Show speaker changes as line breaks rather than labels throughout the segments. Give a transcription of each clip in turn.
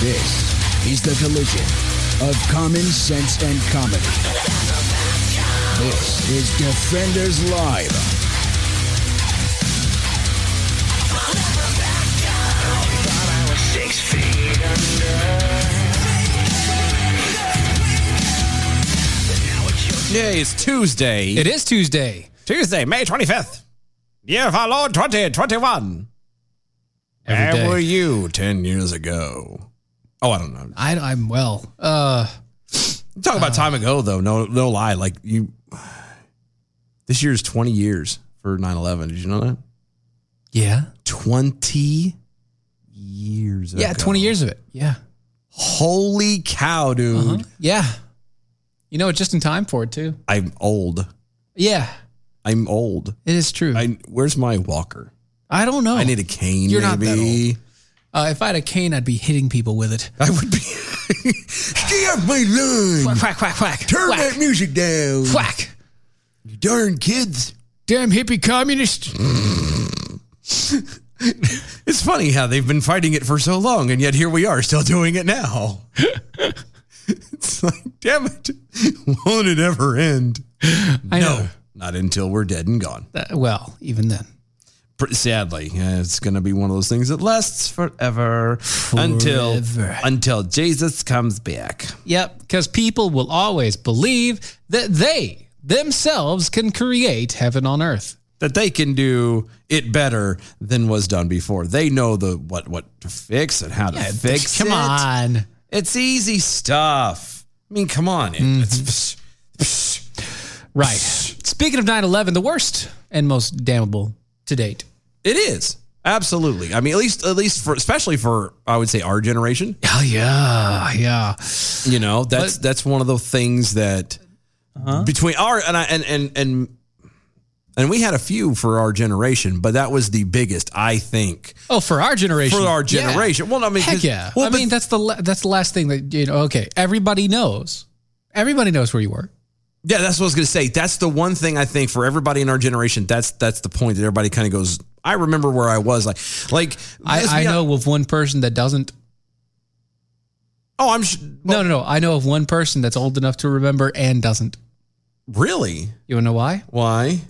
This is the collision of common sense and comedy. This is Defenders Live.
Yeah, it's Tuesday.
It is Tuesday.
Tuesday, May 25th. Year of our Lord 2021.
Every
Where
day.
were you 10 years ago? Oh, I don't know.
I, I'm well. Uh,
Talk about time ago, though. No, no lie. Like you, this year is 20 years for 9 11. Did you know that?
yeah.
20 years
Yeah,
ago.
20 years of it. Yeah.
Holy cow, dude.
Yeah. You know, it's just in time for it, too.
I'm old.
Yeah,
I'm old.
it is true. I,
I, where's my walker?
don't know.
I need a cane.
Oh, You're not that
maybe.
uh, if I had a cane, I'd be hitting people with it.
I would be. Stay off my
Quack,
lawn.
quack, quack, quack.
Turn
quack,
that music down.
quack.
You darn kids.
Damn hippie communist.
It's funny how they've been fighting it for so long, and yet here we are still doing it now. it's like, damn it. Won't it ever end?
I know.
No, not until we're dead and gone.
That- well, even then.
Pr- Sadly, uh, it's going to be one of those things that lasts forever, until
Forever.
until Jesus comes back.
Yep, because people will always believe that they themselves can create heaven on earth.
That they can do it better than was done before. They know the what what to fix and how to fix.
Come
it.
on.
It's easy stuff. I mean, come on. It-
Mm-hmm.
it's-
Right. Speaking of 9 11, the worst and most damnable to date.
it is. Absolutely. I mean, at least at least for especially for I would say our generation,
Oh, yeah. Yeah.
you know, that's that's one of the things that
Uh-huh.
between our and I and and and and we had a few for our generation, but that was the biggest, I think,
Oh, for our generation.
for our
Yeah.
generation. Well, I mean,
Heck
'cause-
yeah.
Well,
I
but-
mean, that's the, la- that's the last thing that, you know, okay, everybody knows. Everybody knows where you were.
yeah, that's what I was going to say. That's the one thing I think for everybody in our generation. That's that's the point that everybody kind of goes. I remember where I was. Like, like let's
I, I
be hon-
know of one person that doesn't.
Oh, I'm sh-
No, no, no. I know of one person that's old enough to remember and doesn't.
really
You want to know why?
why.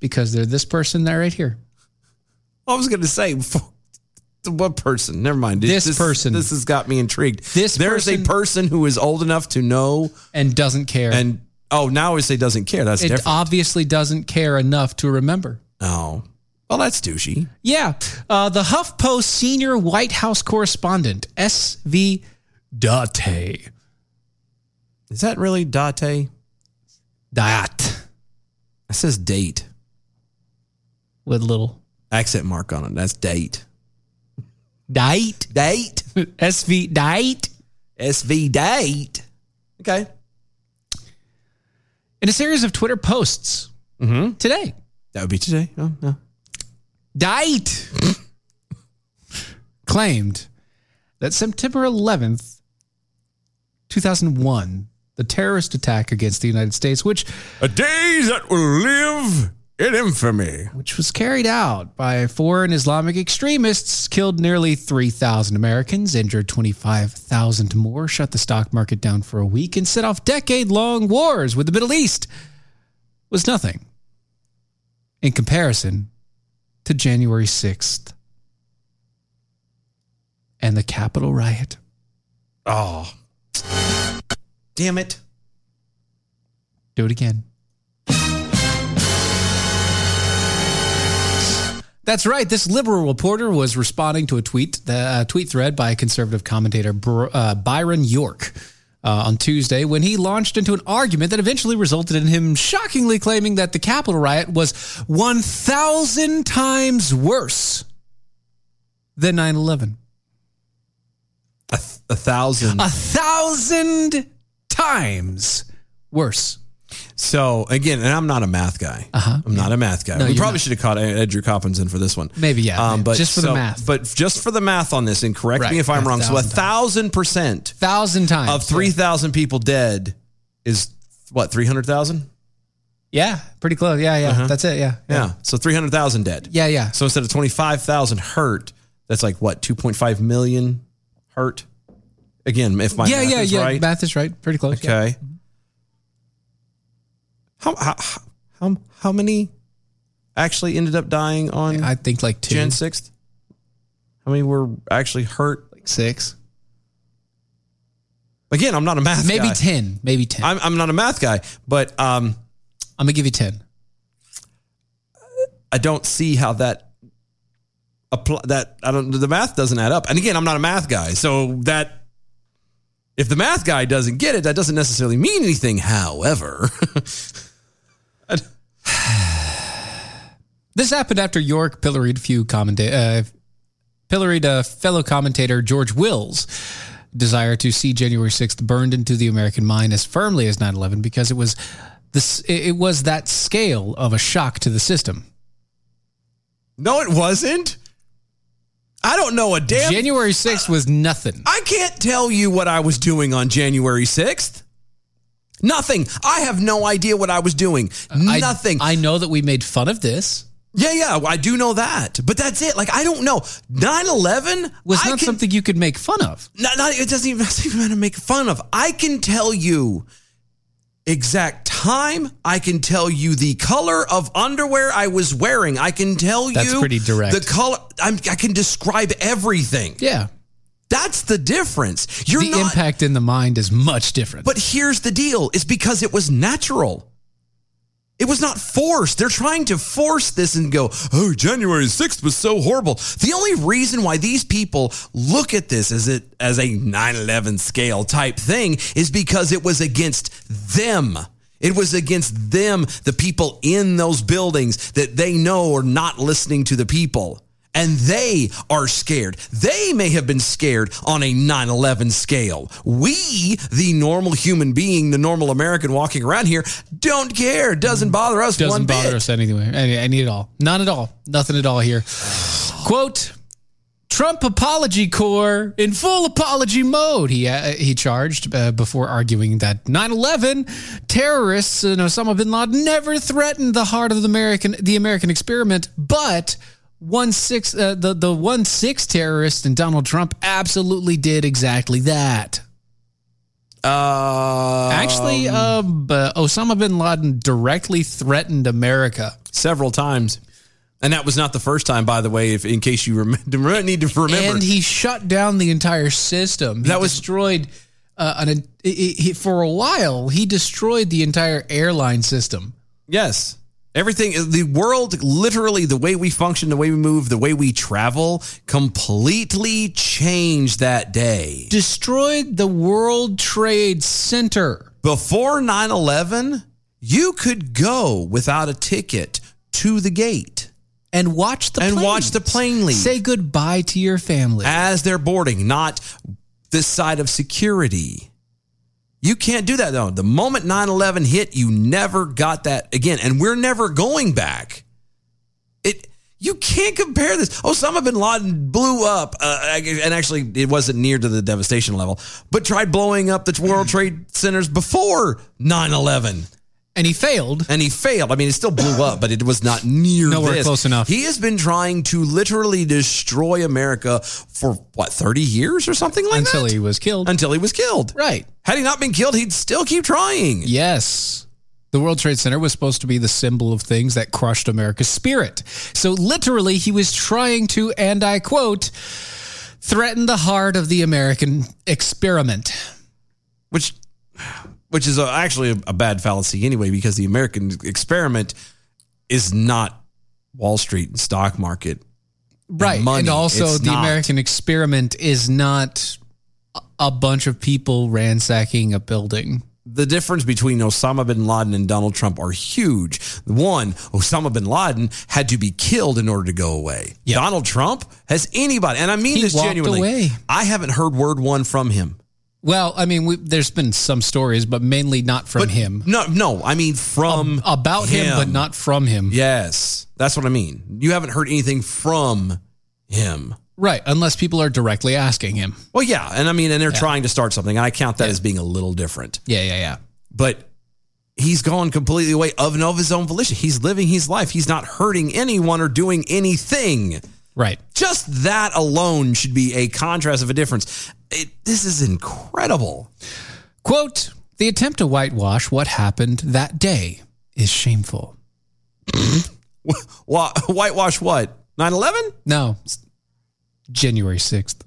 Because they're this person that right here.
I was going to say, f- what person? Never mind.
This person.
This has got me intrigued.
This
There's
person-
a person who is old enough to know,
And doesn't care.
and oh, now I say doesn't care. That's
it uh,
different.
obviously doesn't care enough to remember.
oh, well, that's douchey.
Yeah. Uh, the HuffPost senior White House correspondent, S.V. Date.
Is that really date? It
Date.
says date.
With little.
Accent mark on it. That's date.
Date.
Date.
S.V. Date.
SV date. Okay.
In a series of Twitter posts today.
That would be today. Oh, no.
Date. claimed that September 11th, 2001, the terrorist attack against the United States, which
A day that will live in infamy.
which was carried out by foreign Islamic extremists, killed nearly 3,000 Americans, injured 25,000 more, shut the stock market down for a week, and set off decade long wars with the Middle East was nothing in comparison to January 6th and the Capitol riot.
Oh. Damn it.
Do it again. That's right. This liberal reporter was responding to a tweet, uh, tweet thread by conservative commentator Br- uh, Byron York uh, on Tuesday when he launched into an argument that eventually resulted in him shockingly claiming that the Capitol riot was 1,000 times worse than 9 11.
A, th- a thousand.
A thousand times worse.
So again, and I'm not a math guy. I'm not a math guy. we
Uh-huh. you're
probably
not.
should have caught Ed- Edgar Coppins in for this one. Um,
Maybe, yeah, maybe. Just for the math.
But just for the math on this, and correct
Right,
me if I'm
a
wrong. So a
thousand times.
thousand percent
Thousand times.
of three thousand people dead is what three hundred thousand?
Yeah, pretty close. Yeah, yeah. That's it. Yeah.
Uh-huh. Yeah. So three hundred thousand dead.
Yeah, yeah.
So instead of twenty five thousand hurt, that's like what two point five million hurt. Again, if my
yeah,
math
yeah,
is
yeah.
right.
Math is right. Pretty close. yeah.
Okay. How, how how how many actually ended up dying on
I think like two,
Jan sixth? How many were actually hurt?
six,
Again, I'm not a math
maybe
guy.
10. Maybe 10. I'm,
I'm I'm not a math guy, but um,
going to give you 10.
I don't see how that apply that I don't the math doesn't add up. And again, I'm not a math guy, so that if the math guy doesn't get it, that doesn't necessarily mean anything. However,
This happened after York pilloried few commenta- uh, pilloried a fellow commentator George Wills' desire to see January 6th burned into the American mind as firmly as 9/11 because it was this it it was that scale of a shock to the system.
no, it wasn't. I don't know a damn
January 6th was nothing.
I can't tell you what I was doing on January 6th. Nothing. I have no idea what I was doing.
I-
Nothing.
I know that we made fun of this.
yeah, yeah, I do know that. But that's it. Like, I don't know. 9 11
was not something you could make fun of.
Not, not, it doesn't even, it doesn't even matter to make fun of. I can tell you exact time. I can tell you the color of underwear I was wearing. I can tell
That's
you
pretty direct.
the color. I'm, I can describe everything.
Yeah.
That's the difference. You're
the
not
impact in the mind is much different.
But here's the deal it's because it was natural. It was not forced. They're trying to force this and go, oh, January 6th was so horrible. The only reason why these people look at this as it as a 9-11 scale type thing is because it was against them. It was against them, the people in those buildings that they know are not listening to the people. And they are scared. They may have been scared on a 9 11 scale. We, the normal human being, the normal American walking around here, don't care. It doesn't bother us one
Mm. doesn't bother
bit.
us anyway. Any, any at all. None at all. Nothing at all here. Quote Trump apology corps in full apology mode. He uh, he charged uh, before arguing that 9/11 terrorists and Osama bin Laden never threatened the heart of the American the American experiment, but one six uh, the the one six terrorist and Donald Trump absolutely did exactly that.
Uh,
Actually, um, uh, Osama bin Laden directly threatened America.
several times. And that was not the first time, by the way, if in case you rem- need to remember.
and he shut down the entire system. He
That was-
destroyed. Uh, an, i- i- he- for a while, he destroyed the entire airline system.
Yes. Everything, the world, literally, the way we function, the way we move, the way we travel, completely changed that day.
Destroyed the World Trade Center.
Before 9 11, you could go without a ticket to the gate
And watch the
And
plane.
watch the plane leave.
Say goodbye to your family.
as they're boarding, not this side of security. You can't do that though. The moment 9 11 hit, you never got that again. And we're never going back. It. You can't compare this. Osama bin Laden blew up, uh, and actually, it wasn't near to the devastation level, but tried blowing up the World Trade Centers before 9 11
and he failed.
and he failed. I mean, it still blew up, but it was not near
Nowhere
this.
close enough.
He has been trying to literally destroy America for what thirty years or something like
Until
that
he was killed.
until he was killed.
right.
Had he not been killed, he'd still keep trying.
Yes. The World Trade Center was supposed to be the symbol of things that crushed America's spirit. So literally, he was trying to, and I quote, threaten the heart of the American experiment.
which which is a, actually a, a bad fallacy anyway because the American experiment is not Wall Street and stock market.
right
money.
and also
It's
the
not.
american experiment is not a- a bunch of people ransacking a building
The difference between Osama bin Laden and Donald Trump are huge. One, Osama bin Laden had to be killed in order to go away. Donald Trump has anybody, and I mean
He
this
walked
genuinely.
away.
I haven't heard word one from him.
well i mean we, there's been some stories but mainly not from him
No, no, I mean from
about him. but not from him
Yes, that's what I mean. You haven't heard anything from him.
right unless people are directly asking him
Well, yeah, and I mean, and they're trying to start something, and I count that as being a little different.
yeah yeah yeah
But he's gone completely away of and of his own volition. He's living his life. He's not hurting anyone or doing anything.
right
Just that alone should be a contrast of a difference. It, this is incredible.
Quote The attempt to whitewash what happened that day is shameful.
Wha- Whitewash what? 9 11?
No, it's January 6th.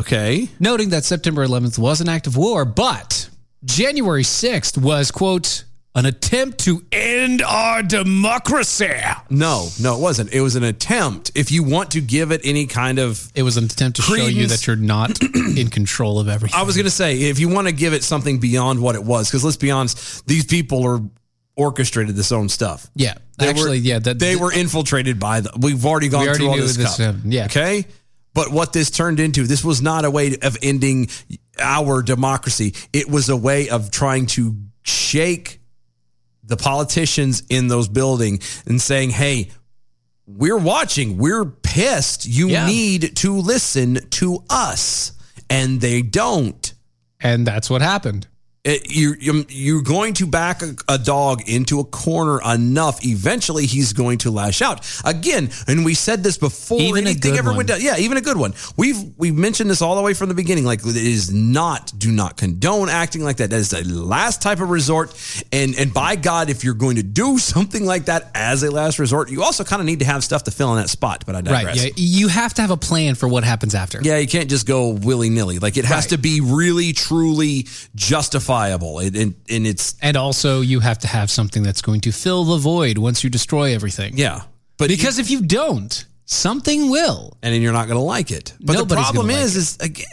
Okay.
Noting that September 11th was an act of war, but January 6th was, quote, an attempt to end our democracy.
No, no, it wasn't. It was an attempt. If you want to give it any kind of
It was an attempt to show you
Credence.
that you're not in control of everything.
I was going to say, if you want to give it something beyond what it was, because let's be honest, these people are orchestrated this own stuff.
yeah,
They were-
actually, yeah, that
they were infiltrated by the. We've already gone
We already
through all
knew
this.
this
stuff.
happened, yeah.
Okay. But what this turned into, this was not a way of ending our democracy. It was a way of trying to shake the politicians in those building and saying, "Hey, we're watching. We're pissed. You
Yeah.
need to listen to us." And they don't
and that's what happened.
it, Uh, you, you- you're going to back a, a dog into a corner enough. Eventually, he's going to lash out again. And we said this before
Even a
anything
good
ever
one.
went down. Yeah, even a good one. We've we've mentioned this all the way from the beginning. Like it is not, do not condone acting like that. That is the last type of resort. And and by God, if you're going to do something like that as a last resort, you also kind of need to have stuff to fill in that spot. But I digress.
Right. Yeah, you have to have a plan for what happens after.
Yeah, you can't just go willy nilly. Like it has
Right.
to be really, truly justifiable. It, and and it's
And also, you have to have something that's going to fill the void once you destroy everything.
Yeah, but
Because if you don't, something will.
and then you're not going to like it. But the
Nobody's gonna
problem
like
is,
it.
is again,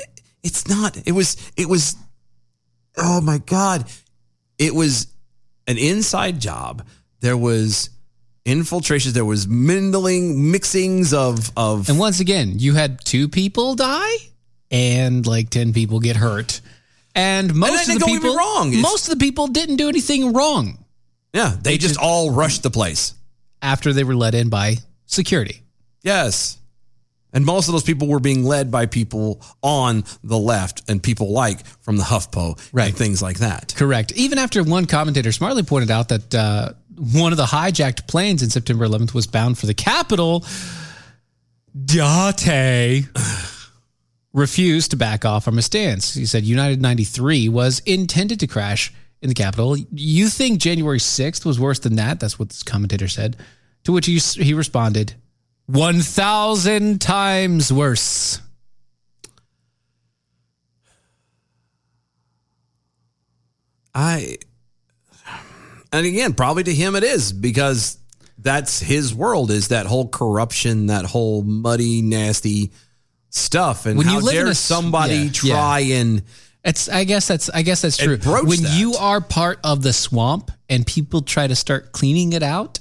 it's not. It was. It was. Oh my god, it was an inside job. There was infiltrations. There was mingling, mixings of of.
And once again, you had two people die and like 10 people get hurt. And most
I
of
think
the
don't get me
people
wrong, it's-
most of the people didn't do anything wrong
yeah, they just all rushed the place.
after they were let in by security.
Yes. And most of those people were being led by people on the left and people like from the HuffPo
Right.
and things like that.
Correct. Even after one commentator smartly pointed out that uh, one of the hijacked planes in September 11th was bound for the capital, Date refused to back off from his stance. He said United 93 was intended to crash in the capital. You think January 6th was worse than that? That's what this commentator said. To which he, he responded, 1,000 times worse.
I and again, probably to him it is because that's his world is that whole corruption, that whole muddy, nasty stuff. And
When
how
you live in
dare
a s-
somebody
yeah, yeah.
try and
It's. I guess that's. I guess that's true.
broached
When
that.
you are part of the swamp and people try to start cleaning it out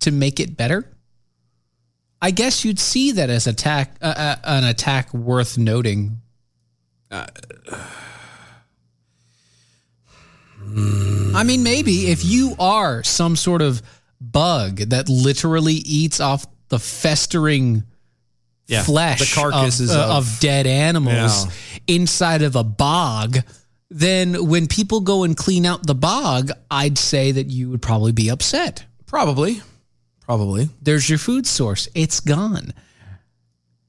to make it better, I guess you'd see that as attack, uh, uh, an attack worth noting.
Uh,
I mean, maybe if you are some sort of bug that literally eats off the festering flesh
the carcasses
of,
of,
uh, of dead animals
Yeah.
inside of a bog, then when people go and clean out the bog, I'd say that you would probably be upset.
probably, probably,
There's your food source, it's gone.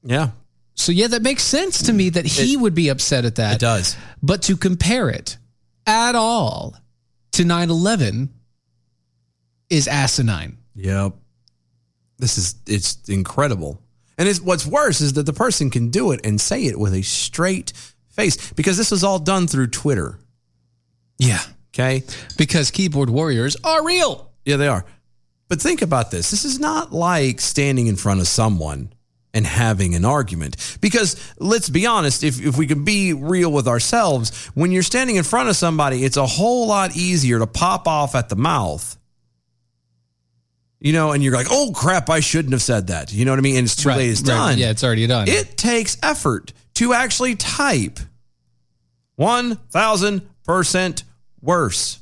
yeah,
So, yeah, that makes sense to me that he would be upset at that.
it does.
But to compare it at all to 9 11 is asinine.
Yep, this is it's incredible. And it's, what's worse is that the person can do it and say it with a straight face because this was all done through Twitter.
Yeah.
Okay,
Because keyboard warriors are real.
Yeah, they are. But think about this. This is not like standing in front of someone and having an argument. Because let's be honest, if, if we can be real with ourselves, when you're standing in front of somebody, it's a whole lot easier to pop off at the mouth. You know, and you're like, oh crap, I shouldn't have said that. You know what I mean? And it's too late, it's done.
Yeah, it's already done.
It takes effort to actually type 1000% worse.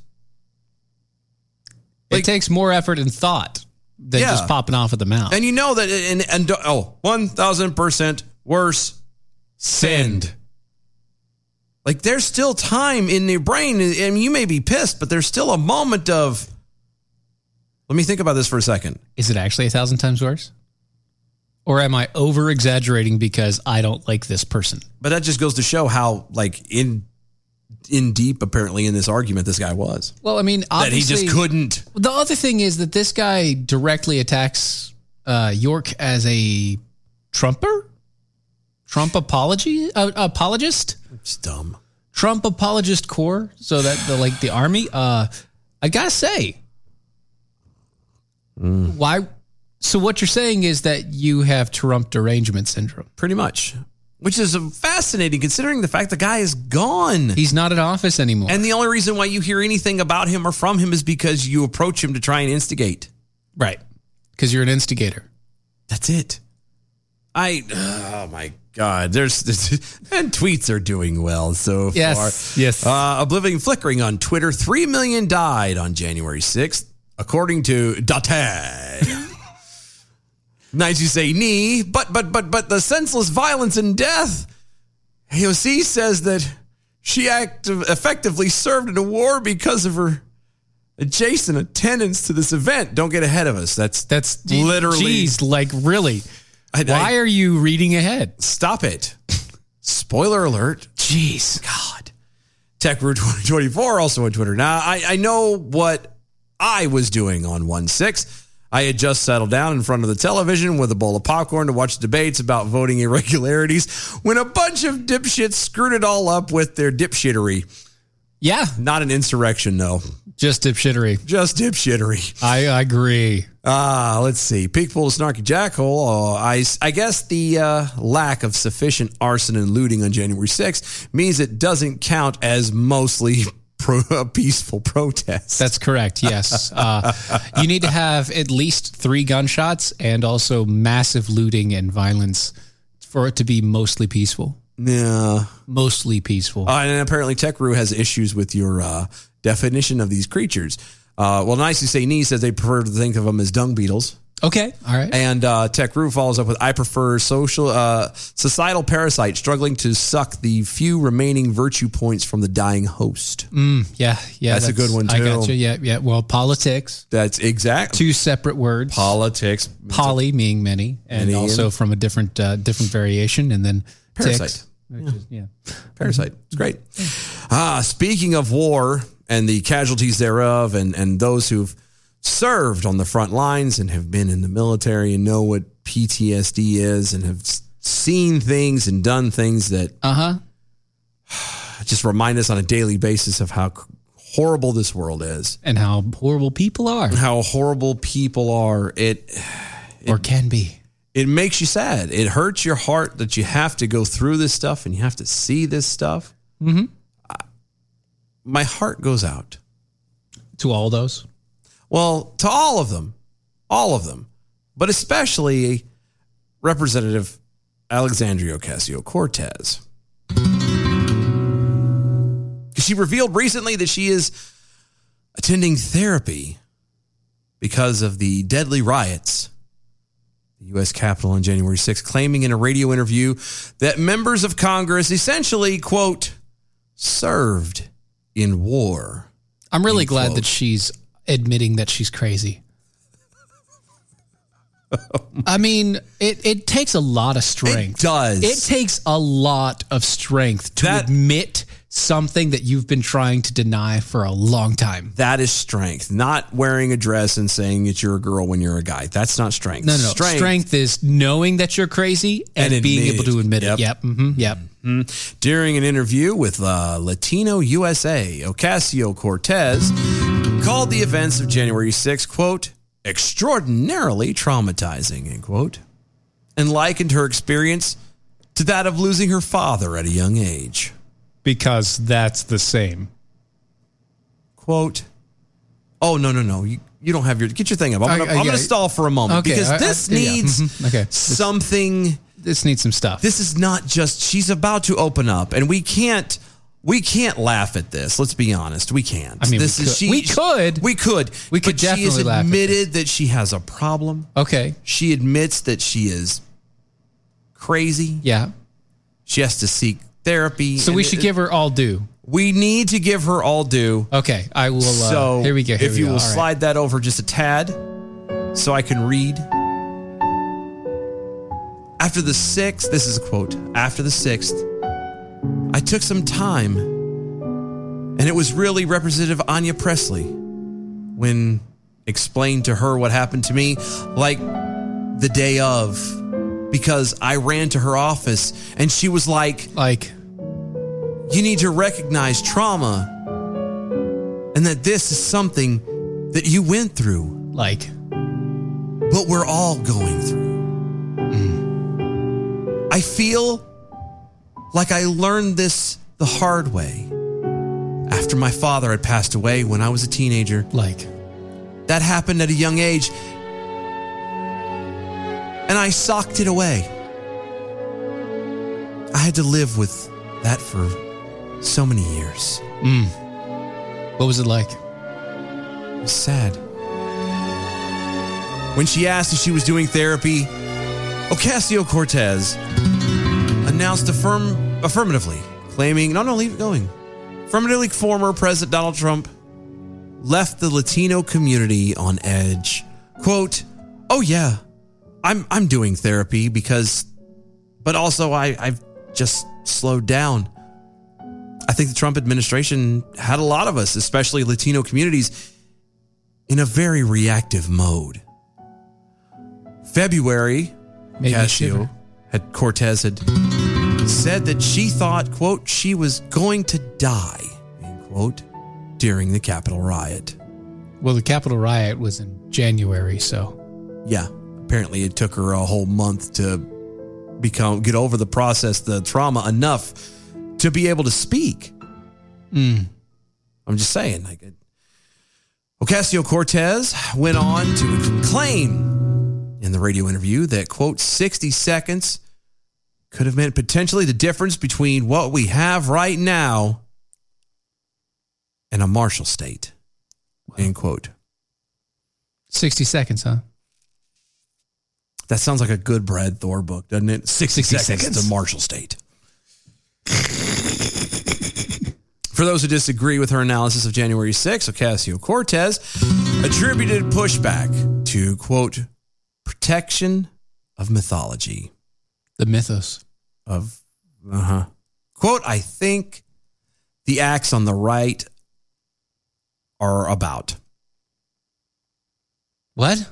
it takes more effort and thought than
Yeah.
just popping off at the mouth.
And you know that, and, and oh, 1000% worse, send. Like there's still time in your brain, and you may be pissed, but there's still a moment of, let me think about this for a second.
Is it actually a thousand times worse? Or am I over exaggerating because I don't like this person?
But that just goes to show how, like, in in deep apparently in this argument this guy was
Well, I mean,
that he
obviously,
just couldn't
The other thing is that this guy directly attacks uh, York as a Trumper, Trump apology uh, apologist.
it's dumb
Trump apologist corps, so that the like the army. Uh, I gotta say,
Mm.
why? So what you're saying is that you have Trump derangement syndrome.
pretty much which is fascinating considering the fact the guy is gone
He's not in office anymore.
And the only reason why you hear anything about him or from him is because you approach him to try and instigate.
right, because you're an instigator.
That's it. I oh my god, there's and tweets are doing well so
Yes,
far.
yes.
Uh, Oblivion flickering on Twitter. Three million died on January sixth, according to Data. nice you say knee, but but but but the senseless violence and death. AOC says that she active, effectively served in a war because of her adjacent attendance to this event. Don't get ahead of us. That's
That's
literally
Jeez, like really.
I- I-
Why are you reading ahead?
Stop it. Spoiler alert. Jeez. God. Tech Root 2024 also on Twitter. Now, I, I know what I was doing on 1 6. I had just settled down in front of the television with a bowl of popcorn to watch debates about voting irregularities when a bunch of dipshits screwed it all up with their dipshittery.
Yeah,
Not an insurrection, though.
just dipshittery.
Just dipshittery.
I, I agree.
Ah, let's see. Peekful of Snarky Jackhole. Oh, I, I guess the uh, lack of sufficient arson and looting on January 6th means it doesn't count as mostly pro, a peaceful protest.
That's correct. Yes. Uh, you need to have at least three gunshots and also massive looting and violence for it to be mostly peaceful.
yeah.
Mostly peaceful.
Uh, and apparently, Tekru has issues with your uh, definition of these creatures. Uh, well, Nicely Say Knee says they prefer to think of them as dung beetles.
okay. All right.
And uh, Tech Rue follows up with, "I prefer social uh, societal parasite struggling to suck the few remaining virtue points from the dying host."
yeah. Yeah.
That's a good one,
I
too.
gotcha. Yeah. Yeah. Well, politics,
That's exact
two separate words.
politics.
Poly meaning many, and
Many
also
and-
from a different uh, different variation, and then ticks,
Parasite.
which is- yeah.
Parasite. It's great. Ah, speaking of war and the casualties thereof, and and those who've served on the front lines and have been in the military and know what PTSD is and have s- seen things and done things that
Uh huh.
just remind us on a daily basis of how c- horrible this world is.
And how horrible people are,
how horrible people are. It
or can be.
it makes you sad. It hurts your heart that you have to go through this stuff and you have to see this stuff. Mm-hmm. my heart goes out.
To all those,
Well, to all of them, all of them, but especially Representative Alexandria Ocasio Cortez. She revealed recently that she is attending therapy because of the deadly riots the U.S. Capitol on January 6th, claiming in a radio interview that members of Congress essentially, quote, served in war.
I'm really glad
quote.
that she's admitting that she's crazy. I mean, it, it takes a lot of strength.
It does.
It takes a lot of strength to
That-
admit something that you've been trying to deny for a long time.
That is strength. Not wearing a dress and saying that you're a girl when you're a guy. That's not strength.
No, no, no. Strength, is knowing that you're crazy and,
And
being
admit
able to
it.
admit
Yep.
it. Yep. hmm Yep.
During an interview with uh, Latino USA, Ocasio Cortez called the events of January 6, quote, extraordinarily traumatizing, end quote, and likened her experience to that of losing her father at a young age.
because that's the same.
Quote, oh, no, no, no, you, you don't have your, get your thing up. I'm going
I- I-
to
yeah.
stall for a moment
Okay,
because
I- I-
this
yeah,
needs
mhm, okay. This-
something.
This needs some stuff.
this is not just she's about to open up and we can't we can't laugh at this let's be honest we can't
I mean, we
this
could- we could.
we could
We could
but she has
definitely laugh at
admitted that she has a problem
okay.
she admits that she is crazy
Yeah.
she has to seek therapy
So
And
we
it-
should give her all due.
we need to give her all due
Okay. I will. Uh,
so
here we go. Here
if
we
you
go.
will
All right.
slide that over just a tad, so I can read. After the sixth, this is a quote. After the sixth, I took some time, and it was really Representative Anya Presley when explained to her what happened to me, like the day of, because I ran to her office and she was like,
like
you need to recognize trauma and that this is something that you went through,
like
but we're all going through. Mm. I feel like I learned this the hard way. After my father had passed away when I was a teenager,
like
that happened at a young age. And I socked it away. I had to live with that for so many years.
what was it like?
sad. When she asked if she was doing therapy, Ocasio Cortez announced affirm- affirmatively, claiming, no, no, leave it going. Affirmatively, former President Donald Trump left the Latino community on edge. Quote, oh, yeah, I'm, I'm doing therapy because, but also I, I've just slowed down. I think the Trump administration had a lot of us, especially Latino communities, in a very reactive mode. February,
Made me
Casio
shiver.
had Cortez had said that she thought, quote, she was going to die, end quote, during the Capitol riot.
Well, the Capitol riot was in January, so
Yeah, apparently it took her a whole month to become get over the process, the trauma enough to be able to speak. I'm just saying. Like, Ocasio Cortez went on to claim in the radio interview that quote 60 seconds could have meant potentially the difference between what we have right now and a martial state. End quote.
sixty seconds, huh?
That sounds like a good Brad Thor book, doesn't it? 60,
60
seconds,
seconds.
to Marshall State. For those who disagree with her analysis of January 6, Ocasio Cortez attributed pushback to, quote, protection of mythology.
The mythos.
Of, uh huh. Quote, I think the acts on the right are about.
What?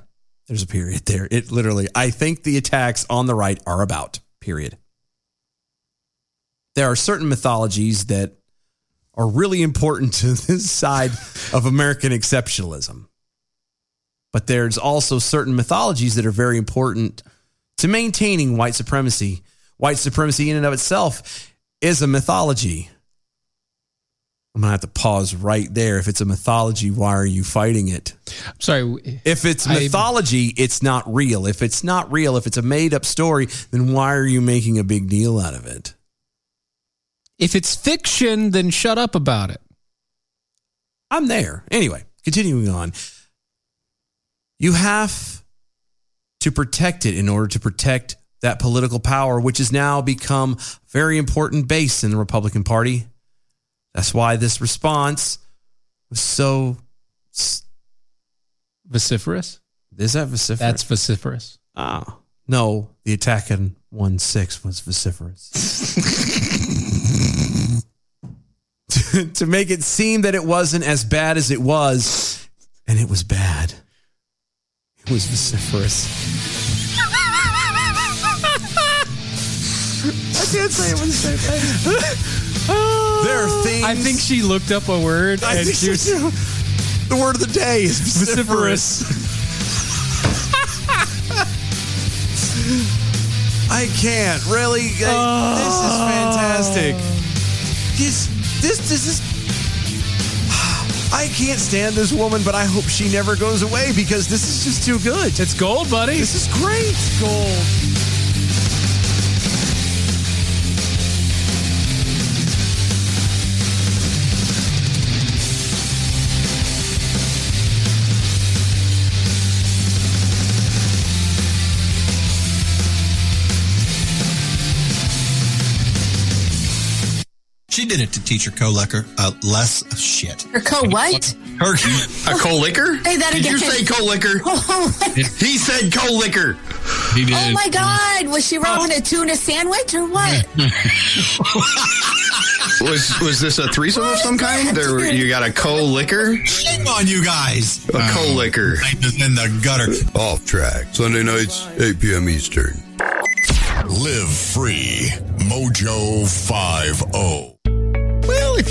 There's a period there. It literally, I think the attacks on the right are about, period. There are certain mythologies that are really important to this side of American exceptionalism. But there's also certain mythologies that are very important to maintaining white supremacy. White supremacy, in and of itself, is a mythology. I'm going to have to pause right there. If it's a mythology, why are you fighting it?
I'm sorry. w-
If it's
I-
mythology, it's not real. If it's not real, if it's a made up story, then why are you making a big deal out of it?
If it's fiction, then shut up about it.
I'm there. Anyway, continuing on. You have to protect it in order to protect that political power, which has now become a very important base in the Republican Party. That's why this response was so.
Vociferous.
Is that vociferous?
That's vociferous.
Ah. No, the attack on 1 6 was vociferous. to, to make it seem that it wasn't as bad as it was, and it was bad. It was vociferous. I can't say it was There are things.
I think she looked up a word
I
and
think
she was
so too. The word of the day is vociferous.
vociferous.
I can't really. I- Oh. This is fantastic. This, this, this is. I can't stand this woman, but I hope she never goes away because this is just too good.
It's gold, buddy.
This is great. Gold.
She did it to teach her co-lecker uh, less of shit.
Or co what?
Her a co-licker?
Say that
Did
again.
you say co-licker?
Oh,
He said co-licker.
He did.
Oh
my God. Was she rolling a tuna sandwich or what?
Was was this a threesome of some kind? There, were- you got a co-liquor,
Shame on you guys.
a co-liquor.
Night is in the gutter.
Off track. Sunday nights, 8 p.m. Eastern.
Live free. Mojo 50.
Well, if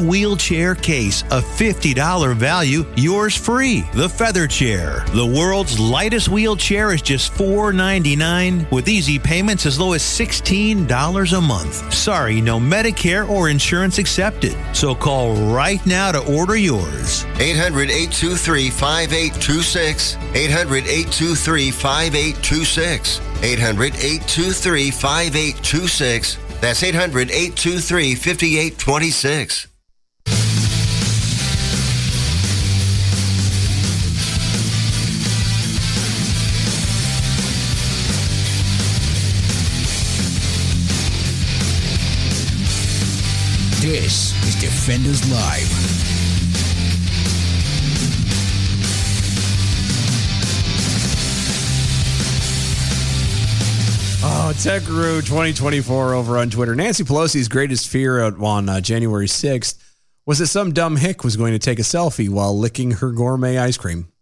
wheelchair case, a $50 value, yours free. The Feather Chair. The world's lightest wheelchair is just $4.99 with easy payments as low as $16 a month. Sorry, no Medicare or insurance accepted. So call right now to order yours.
800 823 5826. 800 823 5826. 800 823 5826. That's 800 823 5826.
This is Defenders Live.
Oh, Tech Guru 2024 over on Twitter. Nancy Pelosi's greatest fear out on uh, January 6th was that some dumb hick was going to take a selfie while licking her gourmet ice cream.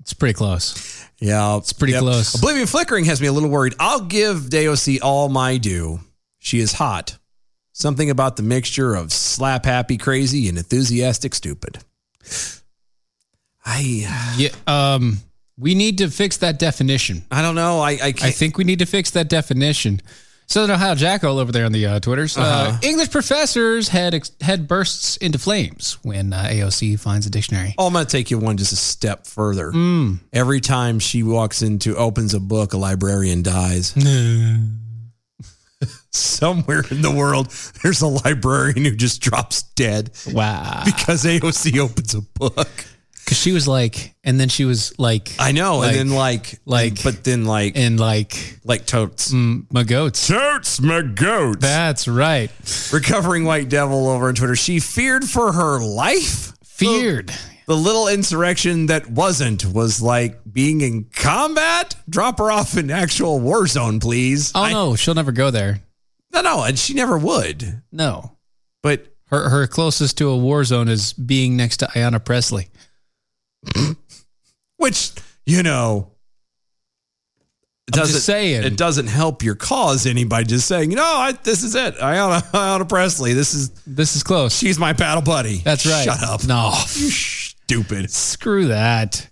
It's pretty close.
Yeah, it's
pretty close.
Oblivion Flickering has me a little worried. I'll give Deosi all my due. She is hot. Something about the mixture of slap happy, crazy, and enthusiastic stupid. I
Yeah. Um, we need to fix that definition.
I don't know. I I,
I
can't,
think we need to fix that definition. Southern Ohio Jackal over there on the uh, Twitters. uh
Uh-huh.
English professor's head ex- head bursts into flames when uh, AOC finds a dictionary.
Oh, I'm going to take you one just a step further. Every time she walks into, opens a book, a librarian dies. Somewhere in the world, there's a librarian who just drops dead
Wow.
because AOC opens a book.
Because she was like, and then she was like,
I know,
Like-
and then like,
like-
but then like,
and like,
like totes,
mm, my goats.
totes, my goats.
That's right.
Recovering white devil over on Twitter. She feared for her life.
Feared.
The little insurrection that wasn't was like being in combat. Drop her off in actual war zone, please.
Oh
I-
no, she'll never go there.
no, no, and she never would.
No,
But
her her closest to a war zone is being next to Ayanna Presley.
which you know it
I'm just
doesn't
saying.
it doesn't help your cause any by just saying no. I, this is it. Iona Iona Presley. This is
This is close.
she's my battle buddy.
That's right.
Shut up.
No,
Stupid.
screw that.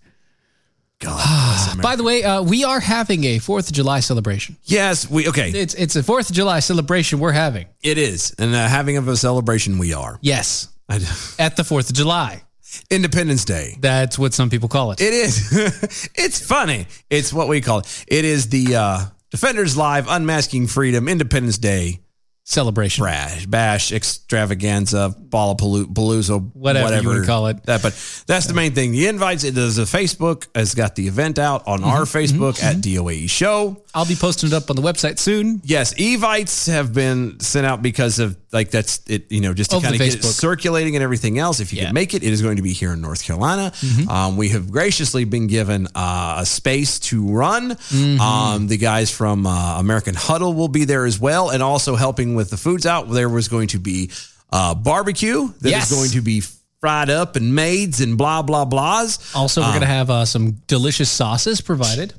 God.
By the way, uh, we are having a Fourth of July celebration.
yes, we okay.
It's it's a Fourth of July celebration we're having.
It is, and uh, having of a celebration we are.
Yes,
I-
at the Fourth of July.
Independence Day.
That's what some people call it.
It is. it's funny. It's what we call it. It is the uh Defenders Live, Unmasking Freedom, Independence Day
celebration,
bash, bash extravaganza, Ballapalooza,
Whatever you wanna call it.
That, but that's the main thing. The invites. It does a Facebook. Has got the event out on our
Mm-hmm.
Facebook at DOAE E Show.
I'll be posting it up on the website soon.
Yes, evites have been sent out because of like that's it. You know, just to
Of the
kind of get it
Facebook.
circulating and everything else. If you
Yeah. Mm-hmm.
can make it, it is going to be here in North Carolina. Um, we have graciously been given uh, a space to run.
Mm-hmm.
Um, the guys from uh, American Huddle will be there as well, and also helping with the foods out. There was going to be uh, barbecue that is
Yes.
going to be fried up and maids and blah blah blahs.
Also, we're going to
Ah.
have uh, some delicious sauces provided.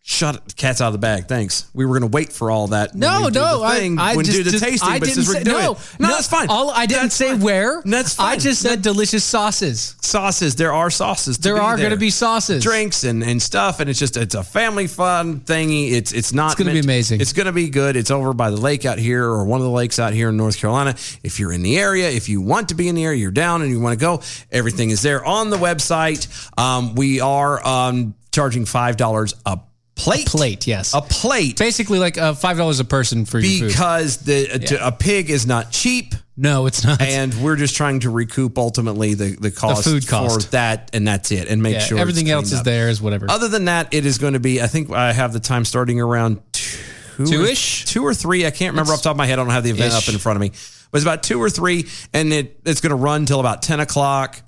Shut the cats out of the bag. Thanks. We were going to wait for all that. when
No,
we do
no,
the
I,
thing-
I
when
just
do the
just-
tasting.
I
but
didn't
since we're
say
doing
no,
it- no, that's fine.
All I didn't
That's
say
fine.
where.
That's
I
fine.
just said delicious sauces.
sauces. There are sauces. to
There
be
are going to be sauces.
drinks and, and stuff, and it's just it's a family fun thingy. It's it's not.
gonna be
meant-
amazing.
It's gonna be good. It's over by the lake out here, or one of the lakes out here in North Carolina. If you're in the area, if you want to be in the area, you're down and you want to go. Everything is there on the website. Um, we are um, charging five dollars a plate.
Plate, yes.
A plate.
Basically, like uh, five dollars a person for your food.
Because the uh, to, a pig is not cheap
No, it's not.
and we're just trying to recoup ultimately the the cost,
food
for
cost.
that, and that's it, and make
Yeah,
sure it's
everything else
cleaned
is
up.
there is whatever.
Other than that, it is going to be. I think I have the time starting around two,
Two-ish?
or, two or three. I can't remember off the top of my head. I don't have the event
Ish.
up in front of me, but it's about two or three, and it it's going to run till about ten o'clock.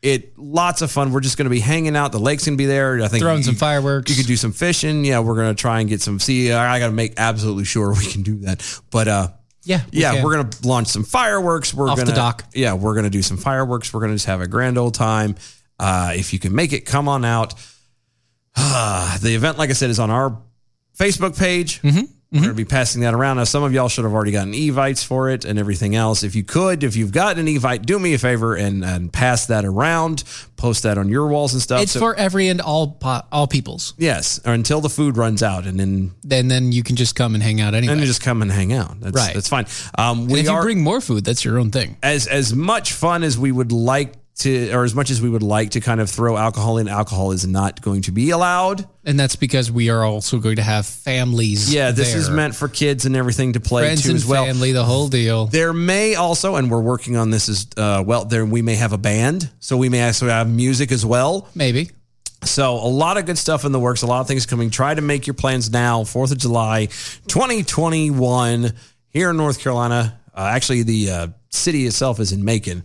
It lots of fun. We're just going to be hanging out. The lake's going to be there. I think
Throwing some
you-
fireworks.
You could do some fishing. Yeah, we're going to try and get some. See, I got to make absolutely sure we can do that. But uh,
yeah, we
yeah,
can.
we're gonna launch some fireworks. We're
Off the
gonna
dock.
Yeah, we're gonna do some fireworks. We're gonna just have a grand old time. Uh, if you can make it, come on out. Ah, the event, like I said, is on our Facebook page.
Mm-hmm.
We're gonna be passing that around. Now, some of y'all should have already gotten evites for it and everything else. If you could, if you've got an evite, do me a favor and and pass that around. Post that on your walls and stuff.
It's
So-
for every and all po- all peoples.
yes, or until the food runs out, and then
Then then you can just come and hang out anyway.
and then just come and hang out. That's,
Right.
that's fine. Um,
And
we
if
are
you bring more food, that's your own thing.
as as much fun as we would like to or as much as we would like to kind of throw alcohol in alcohol is not going to be allowed
And that's because we are also going to have families.
yeah this is
there.
meant for kids and everything to play
friends
too
and
as well
family, the whole deal.
there may also and we're working on this as uh, well there we may have a band so we may actually have music as well
Maybe
So a lot of good stuff in the works, a lot of things coming. Try to make your plans now. Fourth of July, 2021, here in North Carolina. Uh, actually, the uh, city itself is in Macon.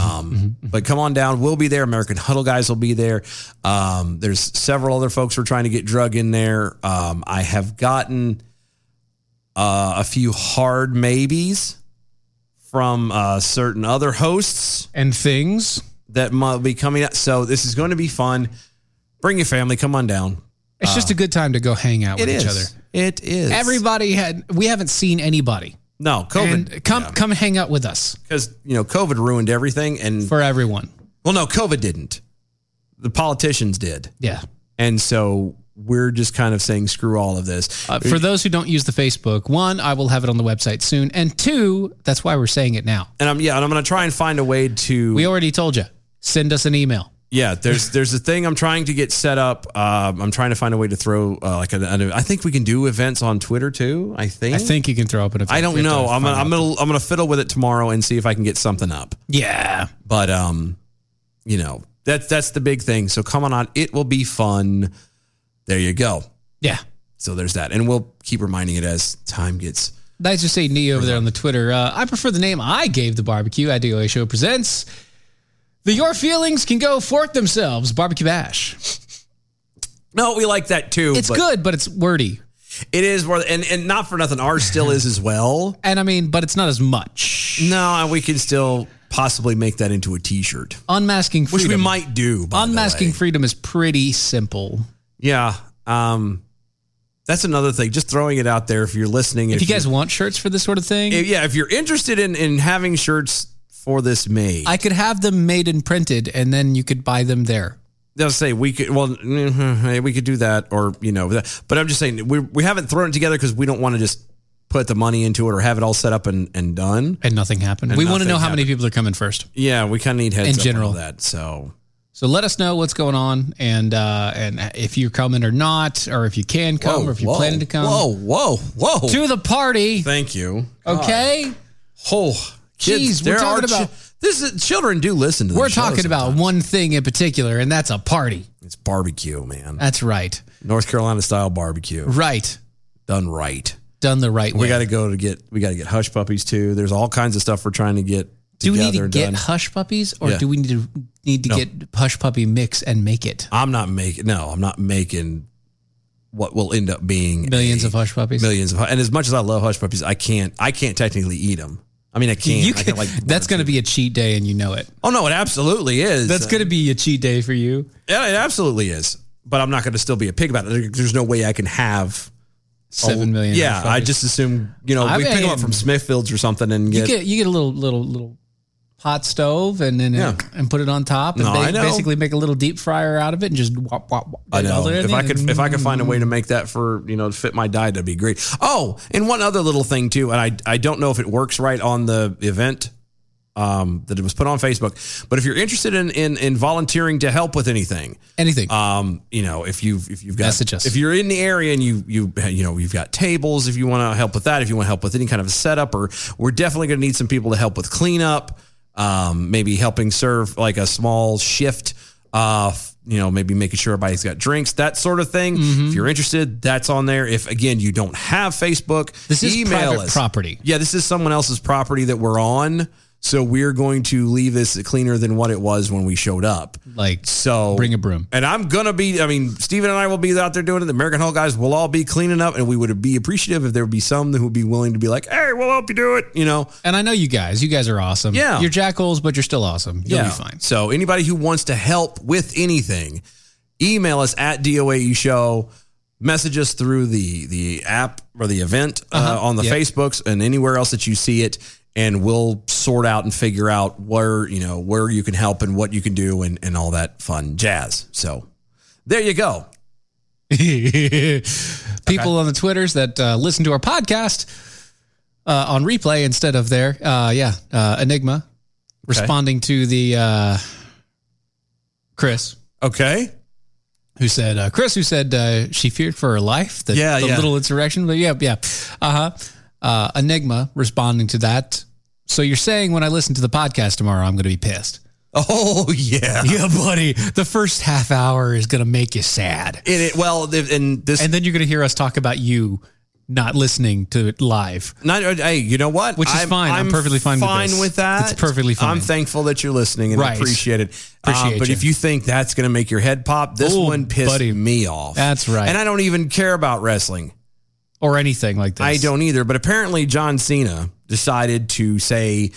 Um, but come on down. We'll be there. American Huddle guys will be there. Um, there's several other folks we're trying to get drug in there. Um, I have gotten uh, a few hard maybes from uh, certain other hosts
and things.
that might be coming out. So this is going to be fun. Bring your family. Come on down.
It's just a good time to go hang out
Ah. It
with
is.
each other.
It is.
Everybody had we haven't seen anybody.
no COVID
And come come hang out with us
because you know COVID ruined everything, and
for everyone.
well, no, COVID didn't. The politicians did,
Yeah.
and so we're just kind of saying screw all of this.
Uh, for those who don't use the Facebook, one, I will have it on the website soon, and two, that's why we're saying it now.
and I'm yeah, and I'm going to try and find a way to
We already told you. Send us an email.
Yeah, there's there's a thing I'm trying to get set up. Um, I'm trying to find a way to throw uh, like an, an. I think we can do events on Twitter too. I think.
I think you can throw up an.
Mm. I don't know. I'm gonna, I'm gonna I'm gonna fiddle with it tomorrow and see if I can get something up.
yeah.
But um, you know that's that's the big thing. So come on out. It will be fun. There you go.
Yeah.
So there's that, and we'll keep reminding it as time gets.
That's just say knee over there on the Twitter. Uh, I prefer the name I gave the barbecue at DOA Show presents. The Your Feelings Can Go Fork Themselves Barbecue Bash.
No, we like that too.
It's
but
good, but it's wordy.
It is more, and and not for nothing. Ours still is as well.
And I mean, but it's not as much.
No, and we can still possibly make that into a T-shirt,
Unmasking
which
Freedom.
we might do. By the
Unmasking
way.
Freedom is pretty simple.
Yeah. Um, that's another thing. Just throwing it out there. If you're listening,
If you guys
you're-
want shirts for this sort of thing,
if- yeah, if you're interested in in having shirts for this made,
I could have them made and printed, and then you could buy them there.
they'll say we could. Well, mm, we could do that, or you know, that- but I'm just saying we we haven't thrown it together because we don't want to just put the money into it or have it all set up and and done.
And nothing happened.
And
we want
nothing
to know how many people are coming first.
Yeah, we kind of need heads
In
up on
general.
that. So
So let us know what's going on, and uh, and if you're coming or not, or if you can come,
Whoa,
or if you're
Oh, whoa,
planning to come.
Whoa, whoa, whoa.
To the party.
Thank you.
Okay.
Oh, kids,
Jeez, Uh, we're
there are
talking
chi-
about-
this. Is, children do listen to.
We're
the show
talking about
sometimes.
one thing in particular, and that's a party.
it's barbecue, man.
That's right.
North Carolina style barbecue,
Right.
done right.
Done the right way.
We got to go to get. We got to get hush puppies too. There's all kinds of stuff we're trying to get.
do we
together
need to
and
get
done.
hush puppies, or
Yeah.
do we need to need to
No.
get hush puppy mix and make it
I'm not making. No, I'm not making. What will end up being
millions
a-
of hush puppies?
millions of and as much as I love hush puppies, I can't. I can't technically eat them. I mean, I can't.
You
I
can,
can, like, one
that's
or
going to
two.
be a cheat day, and you know it.
Oh no, it absolutely is.
That's going to be a cheat day for you.
Yeah, it absolutely is. But I'm not going to still be a pig about it. There- There's no way I can have
Seven million.
Oh, Yeah,
hush
I
puppies.
just assume you know
I
we pick them
mean-
up from Smithfields or something and
you
get.
get you get a little little little hot stove and then
Yeah.
and put it on top and
No, I
ba-
know.
basically make a little deep fryer out of it and just wop wop. wop
I know.
all in
If I
it
could,
and-
if I could find a way to make that for you know to fit my diet, that'd be great. Oh, and one other little thing too, and I I don't know if it works right on the event um, that it was put on Facebook, but if you're interested in in, in volunteering to help with anything,
anything.
um, you know, if you've if you've got
Message us.
if you're in the area and you you you know you've got tables, if you want to help with that, if you want to help with any kind of a setup, or we're definitely going to need some people to help with cleanup, um, maybe helping serve like a small shift, uh, f- you know, maybe making sure everybody's got drinks, that sort of thing.
Mm-hmm.
If you're interested, that's on there. If again you don't have Facebook,
This is
email
private
us.
property.
Yeah, this is someone else's property that we're on. So we're going to leave this cleaner than what it was when we showed up.
like
So
Bring a broom.
And I'm gonna be. I mean, Steven and I will be out there doing it. The American Hall guys will all be cleaning up, and we would be appreciative if there would be some that would be willing to be like, "Hey, we'll help you do it." You know.
and I know you guys. You guys are awesome.
Yeah.
you're jackals, but you're still awesome. You'll be fine.
So anybody who wants to help with anything, email us at DOAE E show. Message us through the the app or the event uh on the
Uh-huh. Yep.
Facebooks and anywhere else that you see it, and we'll sort out and figure out where you know where you can help and what you can do and and all that fun jazz. So there you go.
People on the Twitters that uh, listen to our podcast uh, on replay instead of there. Uh, yeah, uh, Enigma responding to the uh, Chris.
Okay.
who said uh, Chris, who said uh, she feared for her life. The,
Yeah,
the
yeah.
little insurrection. But yeah, yeah. Uh-huh. Uh Enigma responding to that. So you're saying when I listen to the podcast tomorrow, I'm going to be pissed.
Oh yeah. And
Yeah, buddy. The first half hour is going to make you sad,
it well th- and this
and then you're going to hear us talk about you not listening to it live.
not, uh, hey, you know what?
Which is fine. I'm perfectly fine with
fine
this.
with that.
It's perfectly fine.
I'm thankful that you're listening and I
Right.
appreciate it. Um,
Appreciate
but
you.
if you think that's going to make your head pop, this
Ooh,
one pissed
buddy.
me off.
That's right.
And I don't even care about wrestling.
Or anything like this.
I don't either. But apparently, John Cena decided to say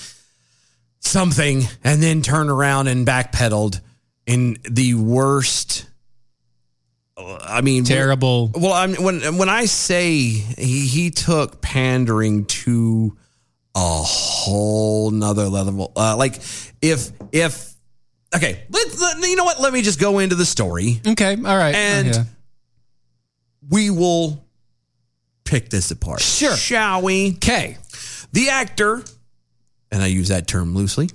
something and then turn around and backpedaled in the worst. uh, I mean,
Terrible.
Well, I'm, when when I say he, he took pandering to a whole nother level, uh, like if if okay, let, let, you know what? Let me just go into the story.
Okay. All right.
And-
Yeah.
We will pick this apart,
Sure.
shall we?
Okay.
The actor, and I use that term loosely.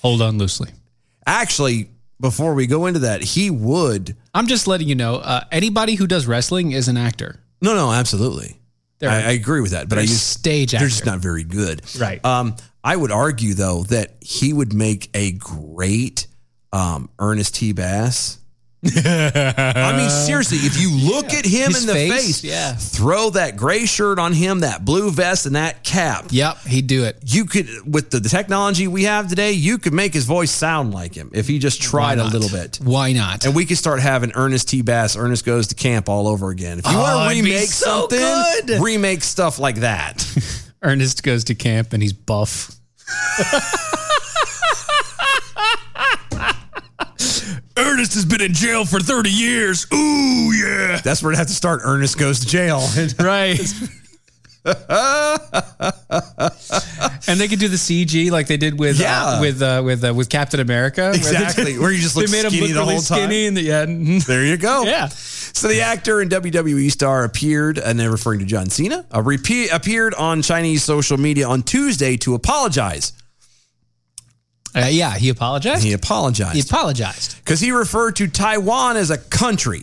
Hold on loosely.
Actually, before we go into that, he would.
I'm just letting you know. Uh, anybody who does wrestling is an actor.
No, no, absolutely.
They're-
I, I agree with that, but I
they're
use
stage
They're just
actor.
not very good,
Right.
Um, I would argue though that he would make a great um, Ernest T. Bass. I mean, seriously, if you look at him
His
in the
face,
face,
yeah.
throw that gray shirt on him, that blue vest, and that cap.
Yep. He'd do it.
you could with the, the technology we have today, you could make his voice sound like him if he just tried a
not?
little bit.
Why not?
And we could start having Ernest T. Bass, Ernest Goes to Camp all over again. If you
Oh,
want to
it'd be
remake
so
something,
good.
remake stuff like that.
Ernest goes to camp and he's buff.
Ernest has been in jail for 30 years. Ooh, yeah. That's where it has to start. Ernest Goes to Jail.
Right. and they could do the CG like they did with uh,
Yeah.
with uh, with uh, with Captain America. where they
Exactly,
did-
where you just look
they made
skinny
him
the
look really
whole time. Oh.
skinny in the end.
There you go.
Yeah.
So the actor and WWE star appeared, and they're referring to John Cena, uh, a repeat, appeared on Chinese social media on Tuesday to apologize
Uh, yeah, he apologized.
He apologized.
He apologized.
because he referred to Taiwan as a country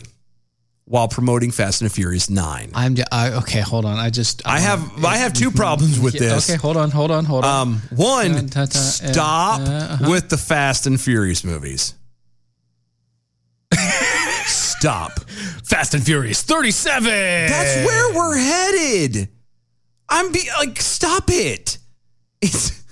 while promoting Fast and Furious Nine.
I'm j- I, okay. Hold on. I just
I have I have two problems with
Yeah,
this.
Okay, hold on, hold on, hold on.
Um, one,
Ta- ta- ta-
stop
uh, uh-huh.
with the Fast and Furious movies. stop.
Fast and Furious 37.
That's where we're headed. I'm be like, stop it. It's